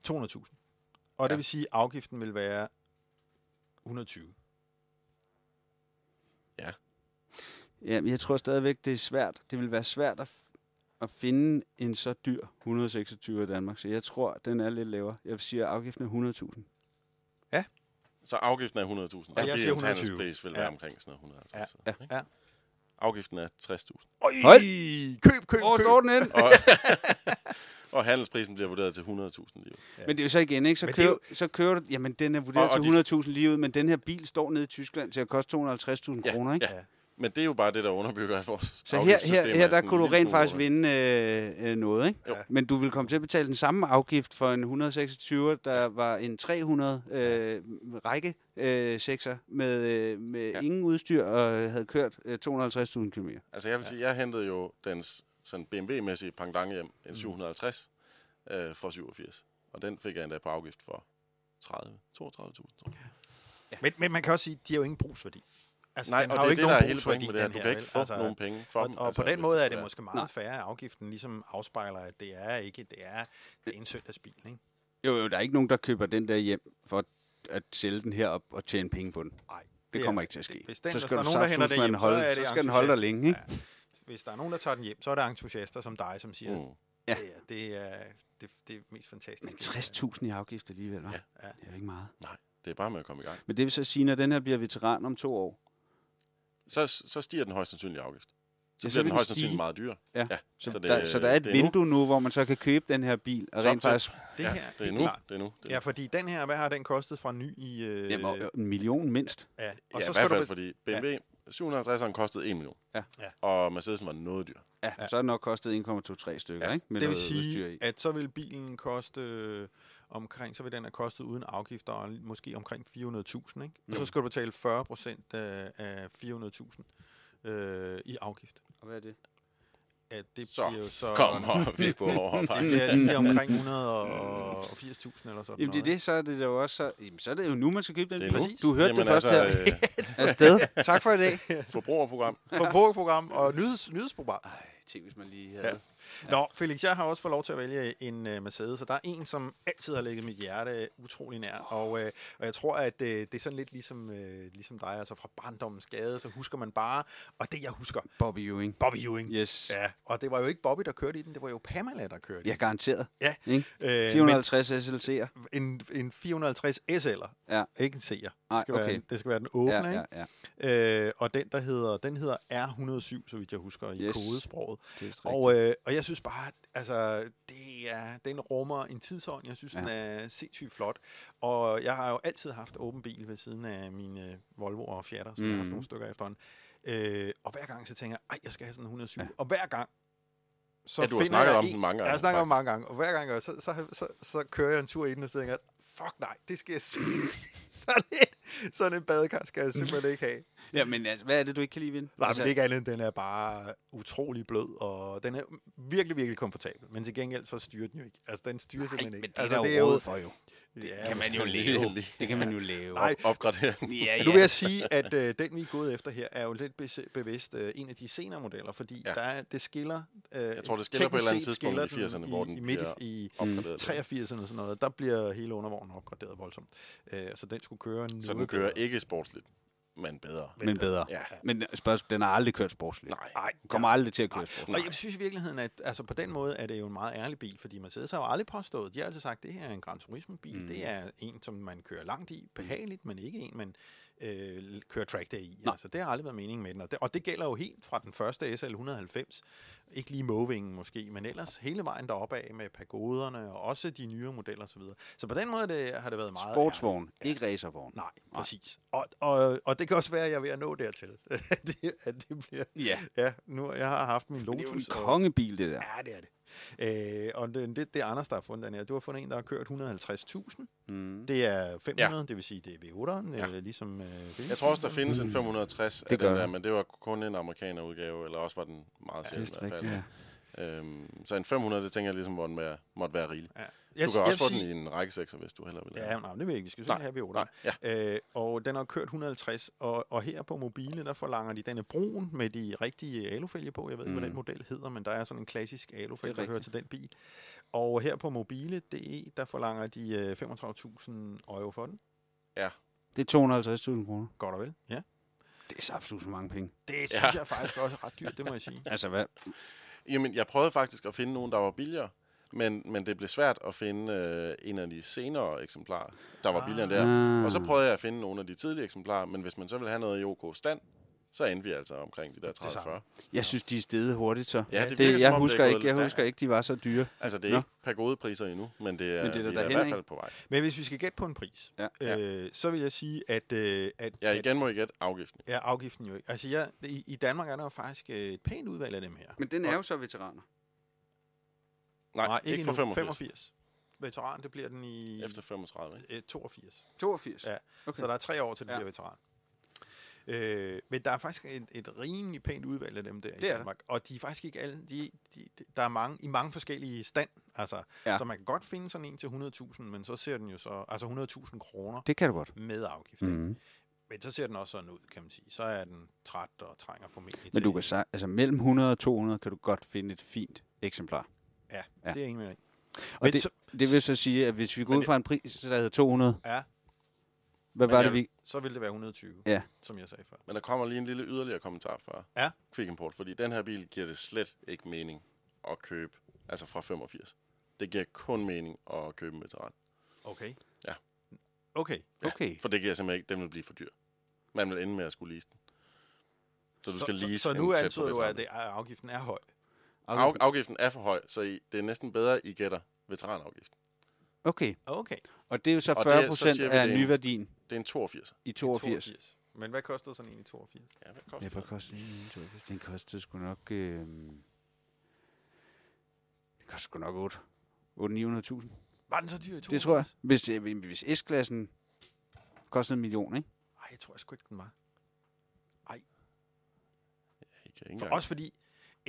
200.000. Og ja.
Ja.
det vil sige, at afgiften vil være 120.
Jamen, jeg tror stadigvæk, det er svært. Det vil være svært at, at finde en så dyr 126 i Danmark, så jeg tror, den er lidt lavere. Jeg vil sige, at afgiften er 100.000.
Så afgiften er 100.000.
Og
Og
jeg
jeg
siger
siger
120.
Pris vil være
Ja.
omkring sådan noget 150.
Ja.
ikke?
Ja.
Afgiften er 60.000.
Øj!
Hold!
Køb, køb,
Hvor
køb!
står den hen?
Og, og handelsprisen bliver vurderet til 100.000 lige ud.
Men det er jo så igen, ikke? Så
Men det er
kører, så kører du, jamen den er
Og- og
vurderet til 100.000 lige ud, men den her bil står nede i Tyskland til at koste 250.000
Ja,
kroner, ikke?
Ja. Men det er jo bare det, der underbygger, at vores
Så her, her,
afgiftssystem er
her der
sådan
kunne du
en lille
rent
smule
faktisk vinde øh, øh, noget, ikke?
Jo.
Men du vil komme til at betale den samme afgift for en 126, der var en 300 øh, række øh, sekser med, øh, med
Ja.
ja. ingen udstyr og havde kørt øh, 250.000 km.
Altså jeg vil sige, jeg hentede jo dens sådan BMW-mæssige pangdang hjem,
Mm.
en 750 øh, fra 87. Og den fik jeg endda på afgift for 30, 32.000, tror jeg.
Men, men man kan også sige, at de har jo ingen brugsværdi. Altså,
Nej,
den
og
har
det
jo
er
ikke
det, der
nogen
er hele
brugsværdi,
pointen med det her.
den
Du kan ikke
vel? Altså,
få nogen penge for
og,
dem.
Og
altså,
på den
hvis
måde er
skulle
det
være-
måske meget færre, at afgiften ligesom afspejler, at det er ikke, det er, det er en søndagsbil, ikke?
Jo, jo, der er ikke nogen, der køber den der hjem for at sælge den her op og tjene penge på den.
Nej.
Det kommer ikke til at ske.
Bestemt,
så
hvis
skal
der
du
er nogen, der henter det
saftsuseme
hjem, så
holde,
er
så
det
skal den holde dig
entusiast.
længe, ikke?
Hvis der er nogen, der tager den hjem, så er der entusiaster som dig, som siger,
Mm.
mm. ja. det, er, det, er, det, det er mest
Men
fantastiske.
60.000 i afgift alligevel, hva'?
Ja.
Ja. Det er jo ikke meget.
Nej, det er bare med at komme i gang.
Men det vil så sige, når den her bliver veteran om to år,
Så, så stiger den højst sandsynlige afgift. Så
Ja, så vil
ja, bliver den
den
højst
stige.
sandsynligt meget dyr.
Ja.
Så,
Så, det, der, så der er et
det nu.
vindue nu. hvor man så kan købe den her bil, og rent
Samtidig-
faktisk
Det
Ja,
her,
det er nu.
klart.
Det er nu. Det er
Ja,
nu.
fordi den her, hvad har den kostet fra ny i... Øh,
Jamen, og- en million mindst.
ja.
Og
Og
ja,
så
i hvert
skal
fald,
du...
du... fordi BMW 750'eren kostede 1 million.
Ja.
Ja.
Og Mercedesen var noget dyr.
Ja, så er det nok kostet 1,23 stykker,
Ja,
ja. ikke? Med
det vil
noget udstyr i.
sige, at så vil bilen koste øh, omkring, så vil den have kostet uden afgifter og måske omkring 400.000, ikke? Og så skal du betale 40 procent af, af 400.000 øh, i afgift.
Og hvad er det?
At det
Så
bliver jo så...
Kom og vi på overarbejde.
Det er lige omkring 180.000 eller sådan
Jamen det er
noget,
det, så er det jo også så... Jamen, så er det jo nu, øh, man skal købe den
Det
bil.
er nu.
Du hørte
Jamen
det først
altså,
her. Afsted. Tak for i dag.
Øh, forbrugerprogram.
forbrugerprogram og nyheds, nyhedsprogram.
Ej, tænk, hvis man lige havde...
Nå, Felix, jeg har også fået lov til at vælge en øh, Mercedes, og der er en, som altid har ligget mit hjerte utrolig nær, og, øh, og jeg tror, at øh, det er sådan lidt ligesom, øh, ligesom dig, altså fra barndommens gade, så husker man bare, og det jeg husker,
Bobby Ewing.
Bobby Ewing.
Yes. Ja,
Ja, og det var jo ikke Bobby, der kørte i den, det var jo Pamela, der kørte i
ja
den.
garanteret.
Ja,
Ikke?
øh,
450 SLC'er.
men en, en 450 SL'er,
Ja.
ikke en C'er.
Nej,
Det skal, være,
okay.
en- det skal være den åbne,
Ja,
ikke?
ja, ja.
Øh, og den, der hedder, den hedder R107, så vidt jeg husker, i
Yes.
kodesproget.
Det er vist
Og, øh, og jeg synes bare, at, altså, det er, den rummer en tidsånd. Jeg synes, ja.
Ja.
den er sindssygt flot. Og jeg har jo altid haft åben bil ved siden af mine Volvo og Fiat'er, som mm. jeg har haft
Mhm.
nogle stykker efterhånden. Øh, og hver gang så tænker jeg, ej, jeg skal have sådan en 107. Ja. Og hver gang, så
Ja, du har
finder
snakket
jeg
om
en-
den mange
Jeg har
gange,
snakket om
faktisk.
mange gange, og hver gang jeg gør, så, så, så, så kører jeg en tur i den og så tænker, jeg, fuck nej, det skal jeg simpelthen- så lidt. Sådan en badekar skal jeg simpelthen ikke have.
Ja, men altså, hvad er det, du ikke kan lide ved den?
Nej,
altså,
men ikke andet end, den er bare utrolig blød, og den er virkelig, virkelig komfortabel. Men til gengæld, så styrer den jo ikke. Altså, den styrer
Nej,
simpelthen
men
ikke.
det er
altså,
der jo råd for jo.
ja,
Kan man jo
det er
lave.
heldigt.
Det kan man jo lave.
Nej.
Op- opgradering.
Ja,
Men
ja.
Nu vil jeg sige, at øh, den, vi er gået efter her, er jo lidt bes- bevidst øh, en af de senere modeller, fordi ja.
Ja.
der er, det skiller... Øh,
Jeg tror, det skiller på et eller andet tidspunkt i 80'erne, hvor den
i, midt
bliver
i, i
Opgraderet.
83'erne og sådan noget, der bliver hele undervognen opgraderet voldsomt. Øh, så den skulle køre nu.
Så den kører ikke sportsligt, men bedre.
men bedre.
Ja.
Men spørgsmål, den har aldrig kørt sportsligt.
Nej.
Nej. Kommer aldrig til at køre sportsligt.
Og jeg synes i virkeligheden, at altså på den måde er det jo en meget ærlig bil, fordi Mercedes har jo aldrig påstået, de har altid sagt, at det her er en Gran Turismo-bil, mm. det er en, som man kører langt
Mm.
i, behageligt, men ikke en, man øh, kører trackday i.
Nej.
Altså, det har aldrig været meningen med den, og det, og det gælder jo helt fra den første SL 190, ikke lige Movingen måske, men ellers hele vejen deroppe af med pagoderne, og også de nye modeller osv. Så, videre. så på den måde er det, har det været meget ærligt.
Sportsvogn, ikke racervogn.
Nej, præcis. Og, og, og det kan også være, at jeg er ved at nå dertil. at, det, at det bliver...
Ja.
Ja, nu jeg har haft min
Det er jo en
Lotus. og-
kongebil, det der.
Ja, det er det. Øh, og det, det, det er Anders, der har fundet den her. Du har fundet en, der har kørt 150.000.
Mm.
Det er 500, ja. det vil sige, det er V8'eren, ja. øh, ligesom... Øh,
Jeg tror også, der findes en 560 af
gør
den der,
der.
men det var kun en amerikaner udgave, eller også var den meget
Det er
sjældent.
vist
i hvert
rigtigt,
fald.
ja.
Øhm, så en 500, det tænker jeg ligesom, måtte være, måtte være rigeligt.
Ja.
Du kan også få
sige-
den i en række sekser, hvis du heller vil. have
Ja,
den.
men nej, men det vil jeg ikke. Vi skal selv
Nej,
have V8'eren.
nej,
Øh, og den har kørt 150, og, og her på mobile, der forlanger de den er brun med de rigtige alufælge på. Jeg ved ikke,
Mm.
hvad den model hedder, men der er sådan en klassisk alufælge,
Det er
der hører til den bil. Og her på mobile, DE, der forlanger de øh, 35.000 euro for den.
Det er 250.000 kroner.
Godt og vel. Ja.
Det er saftsus mange penge.
Det synes ja. jeg faktisk også er ret dyrt, det må jeg sige.
Altså, hvad?
Jamen, jeg prøvede faktisk at finde nogen, der var billigere, men, men det blev svært at finde øh, en af de senere eksemplarer, der var billigere end det her.
Ah.
Og så prøvede jeg at finde nogle af de tidlige eksemplarer, men hvis man så vil have noget i OK stand, så endte vi altså omkring de der 30-40.
Jeg synes, de er steget hurtigt, så.
Ja, det
det,
virker, som om, det
jeg
er
husker
gået
ikke,
lidt
jeg
stærkt.
husker ikke, de var så dyre.
Altså, det er
Nå.
ikke per gode priser endnu, men det er,
Men det er der
vi er i
derhen,
hvert
ikke?
fald på vej.
Men hvis vi skal gætte på en pris,
Ja.
ja. Øh, så vil jeg sige, at, øh, at,
Ja,
at
igen må I gætte afgiften.
ja, afgiften jo ikke. Altså, jeg, i, i Danmark er der jo faktisk øh, et pænt udvalg af dem her.
Men den er jo så veteraner.
Nej, Nej ikke, ikke for
endnu.
85.
85. Veteran, det bliver den i
Efter 35. ikke?
øh, 82.
82.
Ja. Okay.
Okay.
Så der er tre år, til du ja.
Ja.
bliver veteran. Øh, men der er faktisk et, et rimelig pænt udvalg af dem der
er
i
der.
Danmark. Og de er faktisk ikke alle... De, de, de, der er mange i mange forskellige stand. Altså, ja.
Ja.
Så man kan godt finde sådan en til 100.000, men så ser den jo så... Altså 100.000 kroner
Det kan du godt.
med afgift. Mm.
Mm.
Men så ser den også sådan ud, kan man sige. Så er den træt og trænger formentlig
Men
til-
du kan sige, altså mellem 100 og 200 kan du godt finde et fint eksemplar.
Ja,
Ja.
det er ingen mening.
Og
Men
det,
så-
det vil så sige, at hvis vi går
Men
ud fra en pris, der hedder 200,
Ja,
hvad
Men
var
jeg-
det, vi...
så vil det være 120,
Ja.
som jeg sagde før.
Men der kommer lige en lille yderligere kommentar fra
Ja.
Quick Import, fordi den her bil giver det slet ikke mening at købe, altså fra 85. Det giver kun mening at købe en veteran.
Okay.
Ja.
Okay.
Okay.
For det giver simpelthen ikke, den vil blive for dyr. Man vil ende med at skulle lease den. Så du skal lease
så, så
en
nu
tæt på
antyder du,
veteranen.
at det, at afgiften er høj.
Af, afgiften er for høj, så I, det er næsten bedre, I gætter veteranafgiften.
Okay.
Okay.
Og det er jo så
Og det-
40
så
procent
siger vi, det
af
er en-
nyværdien
Det er en 82.
i 82.
Men hvad kostede sådan en i 82?
Ja, hvad
Ja,
koster
hvad
det?
kostede den? 82? Den kostede sgu nok... Øh, den kostede sgu nok 8. 800-900.000.
Var den så dyr i 82?
Det tror jeg. Hvis, øh, hvis S-klassen kostede en million, ikke?
Ej, jeg tror jeg sgu ikke, den var.
I kan ikke engang.
For, også fordi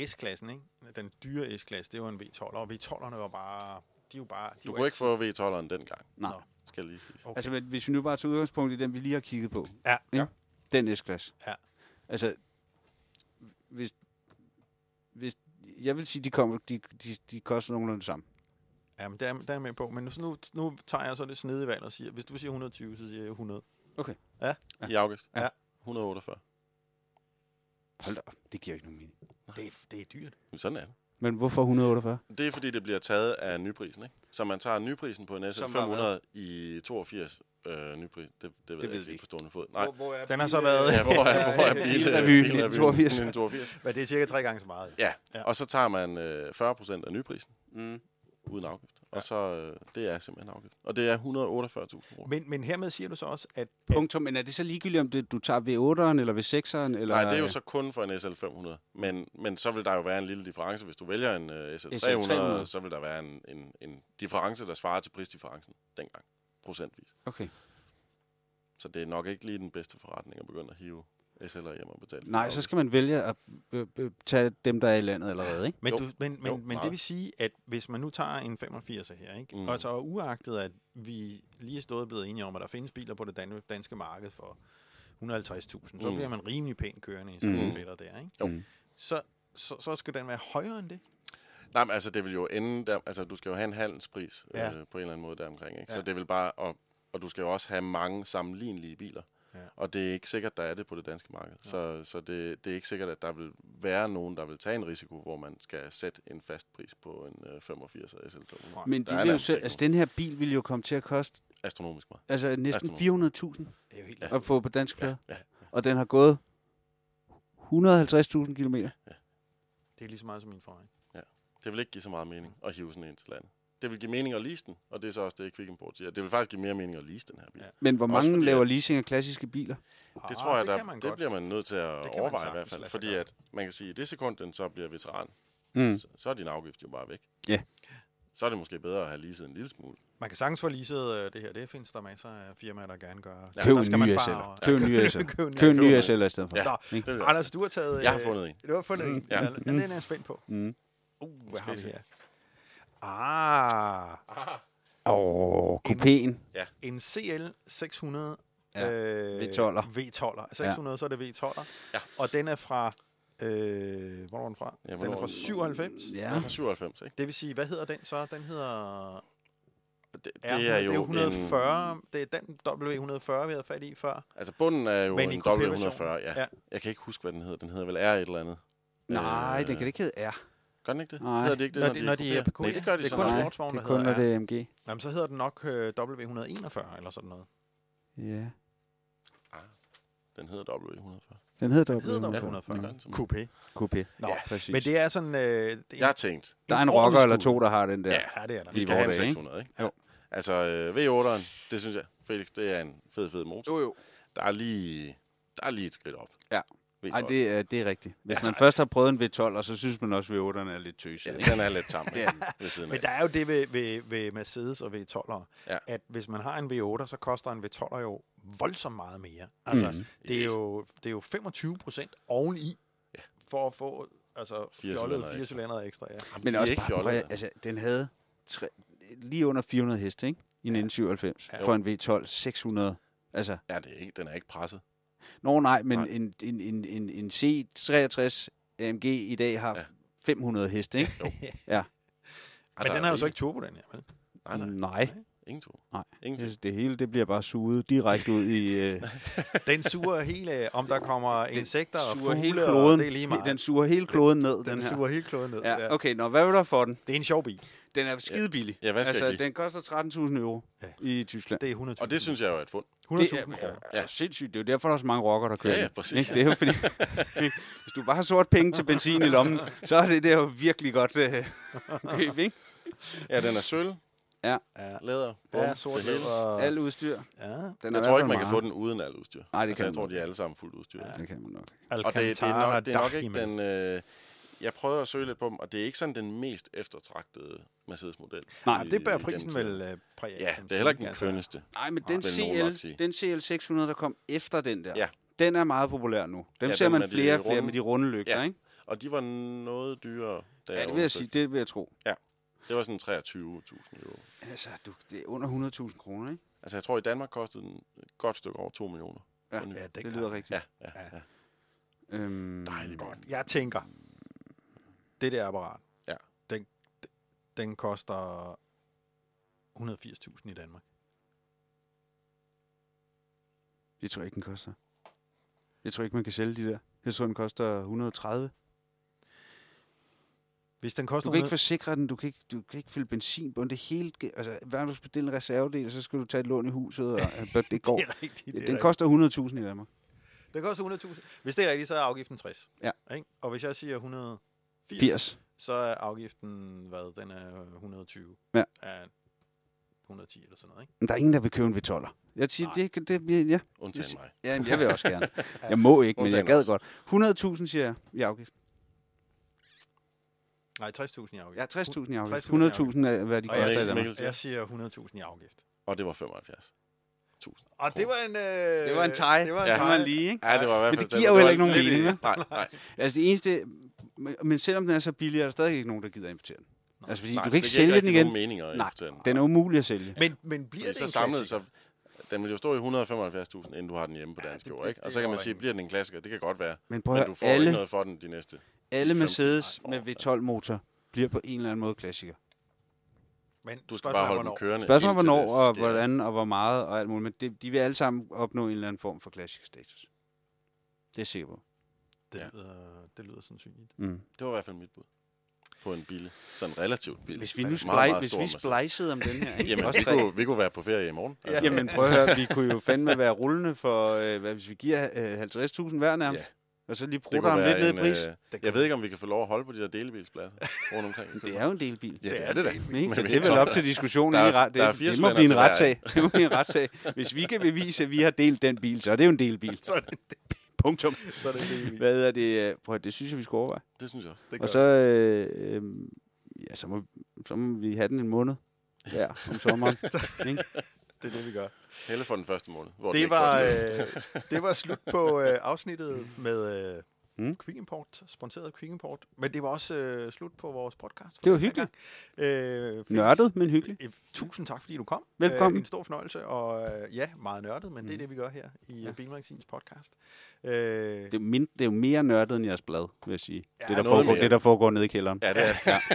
S-klassen, ikke? den dyre S-klasse, det var en V12, og V12'erne var bare... De er jo bare... De
du
var
kunne ikke få V12'eren dengang,
Nej.
Nå.
skal jeg lige sige.
Okay.
Altså, men hvis vi nu bare tager udgangspunkt i den, vi lige har kigget på.
Ja.
Ikke? Den S-klasse.
Ja.
Altså, hvis, hvis, jeg vil sige, de, kom, de, de, de koster nogenlunde det samme.
Ja, men der, er, der er jeg med på. Men nu, nu, nu tager jeg så det snedige valg og siger, hvis du siger 120, så siger jeg 100.
I afgift?
Ja.
148.
Hold da op, det giver ikke nogen mening.
Det, er- det er dyrt.
Men sådan er det.
Men hvorfor 148?
Det er, fordi det bliver taget af nyprisen, ikke? Så man tager nyprisen på en
Som var
S500 i 82 øh, nypris. Det, det, ved jeg
ved
ikke
vi
på stående fod. Nej.
hvor er
Den har så været...
Ja, hvor er, hvor er bil,
Bilrevyen i 82.
82.
Men det er cirka tre gange så meget.
Ja.
Ja.
ja, og så tager man øh, 40 procent af nyprisen
Mm.
uden afgift. Og så, øh, det er simpelthen afgift. Og det er 148.000 kroner.
Men, men hermed siger du så også, at...
Punktum, men er det så ligegyldigt, om det, du tager V8'eren eller V6'eren? Eller...
Nej, det er jo så kun for en SL500. Men, men så vil der jo være en lille difference. Hvis du vælger en uh, SL300,
SL300.
så vil der være en, en, en difference, der svarer til prisdifferencen dengang. Procentvis.
Okay.
Så det er nok ikke lige den bedste forretning at begynde at hive SL'er hjem og betale. for
Nej,
det.
så skal man vælge at øh, øh, tage dem, der er i landet allerede, ikke?
Men,
Jo.
du, men, men,
Jo,
men det
meget.
vil sige, at hvis man nu tager en 85'er her, ikke? Mm.
Mm.
og så uagtet, at vi lige er stået og blevet enige om, at der findes biler på det dan- danske marked for 150.000, så
Mm.
bliver man rimelig pænt kørende i sådan
Mm.
nogle fætter der. Ikke?
Jo.
Mm.
Så, så, så skal den være højere end det.
Nej, men altså, det vil jo ende der, altså, du skal jo have en handelspris
Ja.
ja. øh, på en eller anden måde deromkring, ikke? Så
Ja.
det vil bare, og, og du skal jo også have mange sammenlignelige biler.
Ja.
Ja. Og det er ikke sikkert, der er det på det danske marked. Ja. Så, så det, det er ikke sikkert, at der vil være nogen, der vil tage en risiko, hvor man skal sætte en fast pris på en øh, 85 SL200.
Men
Der
de
er
vil jo
nærmest
selv,
ikke
altså, den her bil ville jo komme til at koste
Astronomisk meget.
altså, næsten
Altså,
400.000
Det er jo helt
Ja.
at få på dansk plade.
Ja,
Og den har gået 150.000 km.
Det er lige så meget som min Ferrari.
Det vil ikke give så meget mening at hive sådan en til landet. Det vil give mening at lease den, og det er så også det, Quick Import siger. Det vil faktisk give mere mening at lease den her bil.
Ja.
Ja.
Men hvor
Også
mange
fordi,
laver
at-
leasing af klassiske biler?
Det
Ah,
tror jeg,
det
det, der,
kan man
det
godt.
bliver man nødt til at
Det kan man
overveje i hvert
sagtens
fald.
lade sig
Fordi
gøre.
at man kan sige, at i det sekund, den så bliver veteran,
Mm.
mm. så er din afgift jo bare væk.
Ja.
Så er det måske bedre at have leaset en lille smule.
Man kan sagtens få leaset øh, det her. Det findes der masser af firmaer, der gerne gør.
Ja,
Køb
der
en
skal
ny
man bare-
SL'er.
Ja,
Køb en ny SL'er.
Køb en ny
Køb en ny
køb en-
SL'er i stedet for.
Ja.
Nå,
Ikke?
Det vil jeg.
Anders, du har taget...
jeg har
øh,
fundet en.
Du har fundet en. Ja.
Ja.
ja, den er jeg spændt på.
Mm.
Uh, hvad har vi
se.
her? Ah,
Og coupéen.
en CL 600
Ja,
øh,
V12'er.
V12'er. 600, så er det V12'er.
Ja.
Og den er fra... Øh, hvor var den fra?
Ja,
den er
hvornår-
fra 97.
Ja.
Ja.
Den er fra 97, ikke?
Det vil sige, hvad hedder den så? Den hedder...
Det, det,
R100.
er jo
det er
En,
140. En... Det er den W140, vi havde fat i før.
altså bunden er jo
Men
Men
i
en W140,
coupé-versionen.
ja.
Ja.
ja. Jeg kan ikke huske, hvad den hedder. Den hedder vel R et eller andet.
Nej, den
Øh,
kan det ikke hedde R.
Gør den ikke det?
Nej.
Hedder det ikke det,
Når de- når de er
i coupéer?
coupéer.
Nej, det gør de
Det er
så
kun
nok.
Nej,
en sportsvogn,
det er
der
kun, når
hedder
det er AMG.
Jamen, så hedder den nok øh, W141 eller sådan noget.
Ja.
Den hedder W140.
Den hedder
Den hedder
W140.
det gør
W140.
den som-
Coupé.
Mm. Coupé.
Nå,
ja, præcis.
Men det er sådan... Øh, det er en,
Jeg har tænkt,
der er en
ordentlig
rocker eller
skole.
to, der har den der.
Ja.
Ja, det er der.
vi
I
skal have en
vores dage, ikke?
600, ikke?
Jo.
Altså, øh, V8'eren, det synes jeg, Felix, det er en fed, fed motor.
Jo, jo.
Der er lige, der er lige et skridt op.
Ja.
V12.
Ej, det er, det er rigtigt. Hvis
Ja,
man
tak.
først har prøvet en V12, og så synes man også, at V8'erne er lidt tøset.
Ja,
ikke?
den er lidt tam
Det
ja.
er
ved siden af.
Men der er jo det ved, ved, ved Mercedes og V12'ere, ja.
Ja.
at hvis man har en V8'er, så koster en V12'er jo voldsomt meget mere. Altså, mm. det, er
Yes.
jo, det er jo 25 procent oveni, ja. for at få altså,
Fire
fjollede
cylindre
fire
ekstra.
cylinder ekstra. Ja.
Jamen,
Men
de er
også
ikke
bare, prøv,
fjollede.
at- altså, den havde tre, lige under 400 heste, ikke? I 1997.
Ja.
For en V12, 600. Altså,
Ja, det er ikke, den er ikke presset.
Nå nej, men
Nej.
En, en, en, en, en C63 AMG i dag har ja.
Ja.
500 heste, ikke?
Ej,
Men
der
den har jo så
rigeligt.
ikke turbo, den her. Vel?
Nej, nej.
nej.
Ingen to.
Nej.
Ingen to.
Det, det hele det bliver bare suget direkte ud i... Øh,
Den suger hele, om der kommer insekter og
suger
fugle,
hele
og
kloden,
det er lige meget.
Den suger hele kloden ned, den,
den,
her.
suger hele kloden ned. Ja.
Ja, okay, nå, hvad vil der for den?
Det er en sjov bil.
Den er skide billig.
Ja, hvad skal jeg
altså,
give?
den koster 13.000 euro
Ja.
ja. i Tyskland.
Det er 100.000
Og det synes jeg jo er et fund.
100.000
det er,
kroner.
ja. sindssygt. Det er jo derfor, der er så mange rockere, der kører
Ja, ja,
den,
præcis.
Ikke? Det er jo fordi, hvis du bare har sort penge til benzin i lommen, så er det der jo virkelig godt øh, køb, ikke?
Ja, den er sølv,
Ja.
læder, bum,
Ja, sort
det hele.
og...
Alt udstyr.
Ja,
Den er
Jeg
i hvert
tror
fald
ikke, man kan
meget.
få den uden alt udstyr.
Nej, det
altså,
kan
jeg
man
tror, de er alle sammen fuldt udstyr. Ja.
Det kan man nok.
Og det, det er nok, det er nok ikke
Alcantara
den... Øh, jeg prøvede at søge lidt på dem, og det er ikke sådan den mest eftertragtede Mercedes-model.
Nej,
i-
det bærer
i
prisen
den tid.
vel øh, præg altså. af,
Ja,
kan man
det er heller
sige,
ikke den kønneste.
Nej, men den
vil nogen nok
CL,
sige.
den CL 600, der kom efter den der,
Ja.
den er meget populær nu. Dem
Ja,
ser
den
man
med de
flere og flere
runde-
med de runde lygter,
Ja.
ikke?
Og de var noget dyrere, da
Ja, det vil jeg sige,
undersøgte.
det vil jeg tro.
Det var sådan 23.000 euro.
Men Altså, du, det er under 100.000 kroner, ikke?
Altså, jeg tror, i Danmark kostede den et godt stykke over 2 millioner.
Ja,
På ny.
Ja, det,
Det lyder rigtigt.
ja, ja.
Ja.
ja.
Øhm,
Dejligt godt.
Jeg tænker, det der apparat,
Ja.
den, den koster 180.000 i Danmark.
Det tror jeg ikke, den koster. Jeg tror ikke, man kan sælge de der. Jeg tror, den koster 130.
Hvis den koster
Du kan ikke forsikre den, du kan ikke, du kan ikke fylde benzin på den. Det hele, ge- altså, hver gang du bestiller en reservedel, så skal du tage et lån i huset, og altså, det går.
det er rigtigt, det
Ja,
er
den
rigtigt.
koster 100.000 i Danmark.
den koster 100.000. Hvis det er rigtigt, så er afgiften 60.
Ja.
Ikke? Og hvis jeg siger 180,
80.
så er afgiften, hvad, den er 120.
Ja.
Er 110 eller sådan noget, ikke?
Men der er ingen, der vil købe en V12'er. Jeg siger,
Nej.
det, kan- det, bliver- ja,
Undtagen
Yes.
mig.
ja, jamen, jeg vil også gerne. Jeg må ikke, men jeg
Undtagen
gad
os.
godt. 100.000, siger jeg, i afgift.
Nej, 60.000 i afgift.
Ja, 60.000
60.000
i afgift.
i afgift.
100.000 er, hvad de
Og jeg,
koster i
Mikkel
Danmark.
siger, jeg siger 100.000 i afgift.
Og det var 75.
Og det var en... Øh,
Det var en tie.
Det var en ja.
Ja.
Det var
tie.
en lige, ikke?
Ja, det var i hvert fald...
Men det giver jo heller ikke nogen
lidt-
mening, hva'?
Nej, nej.
Altså det eneste... Men selvom den er så billig, er der stadig ikke nogen, der gider importere den. Altså fordi
nej,
nej, du
for
kan ikke
det giver
sælge den
rigtig
igen.
Nogen meninger i
Nej,
efterhånden.
den er umulig at sælge.
Men, men bliver
Fordi
det
så
en
samlet,
klassiker?
så den vil jo stå i 175.000, inden du har den hjemme på
Ja,
dansk
det-
jord,
det-
ikke? Og
det
så kan man
holder
sige,
ikke.
bliver den en klassiker? Det kan godt være.
Men prøv at
Men
høre,
du får ikke
alle-
noget for den de næste.
Alle
10-15
Mercedes
år.
med V12-motor bliver på en eller anden måde klassiker.
Men
Du skal
spørgsmålet
bare
er,
holde den
hvornår.
kørende.
Spørgsmålet er,
indtil
hvornår
det
og
sker.
hvordan og hvor meget og alt muligt, men det, de vil alle sammen opnå en eller anden form for klassikerstatus. Det er jeg sikker på.
Det lyder, det lyder sandsynligt.
Mm.
Det var i hvert fald mit bud. På en bil. Sådan relativt bil.
Hvis vi
En
nu
meget,
splej,
meget
hvis
stor
vi
Mercedes.
splejsede om den her, ikke?
Jamen,
Også
vi kunne, vi kunne være på ferie i morgen. Altså,
Jamen prøv at høre, vi kunne jo fandme være rullende for, øh, hvad, hvis vi giver øh, 50.000 hver nærmest, og så lige
det
prutter
kunne
ham lidt
være
ned i
en,
pris.
øh, jeg ved ikke, om vi kan få lov at holde på de der delebilspladser rundt omkring.
Det er jo en delbil.
Ja, det er det da.
Men ikke? Så
Men
det er vel
vi-
op til diskussion.
Der
inde
er-
i ret,
der er
det,
fire
det, må
cylinder
blive en
til hver,
retssag. det må blive en retssag. Hvis vi kan bevise, at vi har delt den bil, så er det jo en delbil.
Så er det
Punktum.
så er det, det,
Hvad er det? øh, Prøv, at- det synes jeg, vi skulle overveje.
Det synes jeg også.
det gør.
Og så, øh, øh, ja, så, må, så må vi have den en måned. Ja, om sommeren. ikke?
det er det, vi gør.
Helle for den første måned. Hvor
Det
ikke
var,
koster noget.
øh, det var slut på øh, afsnittet med øh,
Hmm?
Mm.
Quick Import, sponsoreret af Quick Import. Men det var også øh, slut på vores podcast. for
Det var
den her
hyggeligt.
gang. Øh, Felix,
Nørdet, men hyggeligt.
øh, Tusind tak, fordi du kom.
Velkommen.
Øh, en stor fornøjelse, og øh, ja, meget nørdet, men mm. det er
Mm.
det, vi gør her i
Ja.
ja. Bilmagasins podcast. Øh, det
Det er, jo min, det er jo mere nørdet end jeres blad, vil jeg sige.
Ja,
det, der
noget
foregår,
mere.
det, der foforegår nede i kælderen.
Ja, det er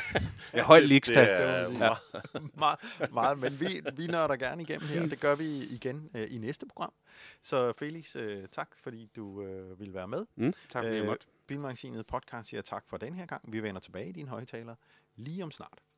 Ja. Ja, højt ligstat.
det
det
er
må man sige.
meget-
meget, meget, men vi, vi nørder gerne igennem her, og det gør vi igen øh, i næste program. Så Felix, øh, tak fordi du øh, ville være med.
Mm, tak fordi jeg
Øh,
måtte.
Bilmagasinet podcast siger tak for den her gang. Vi vender tilbage i dine højtaler lige om snart.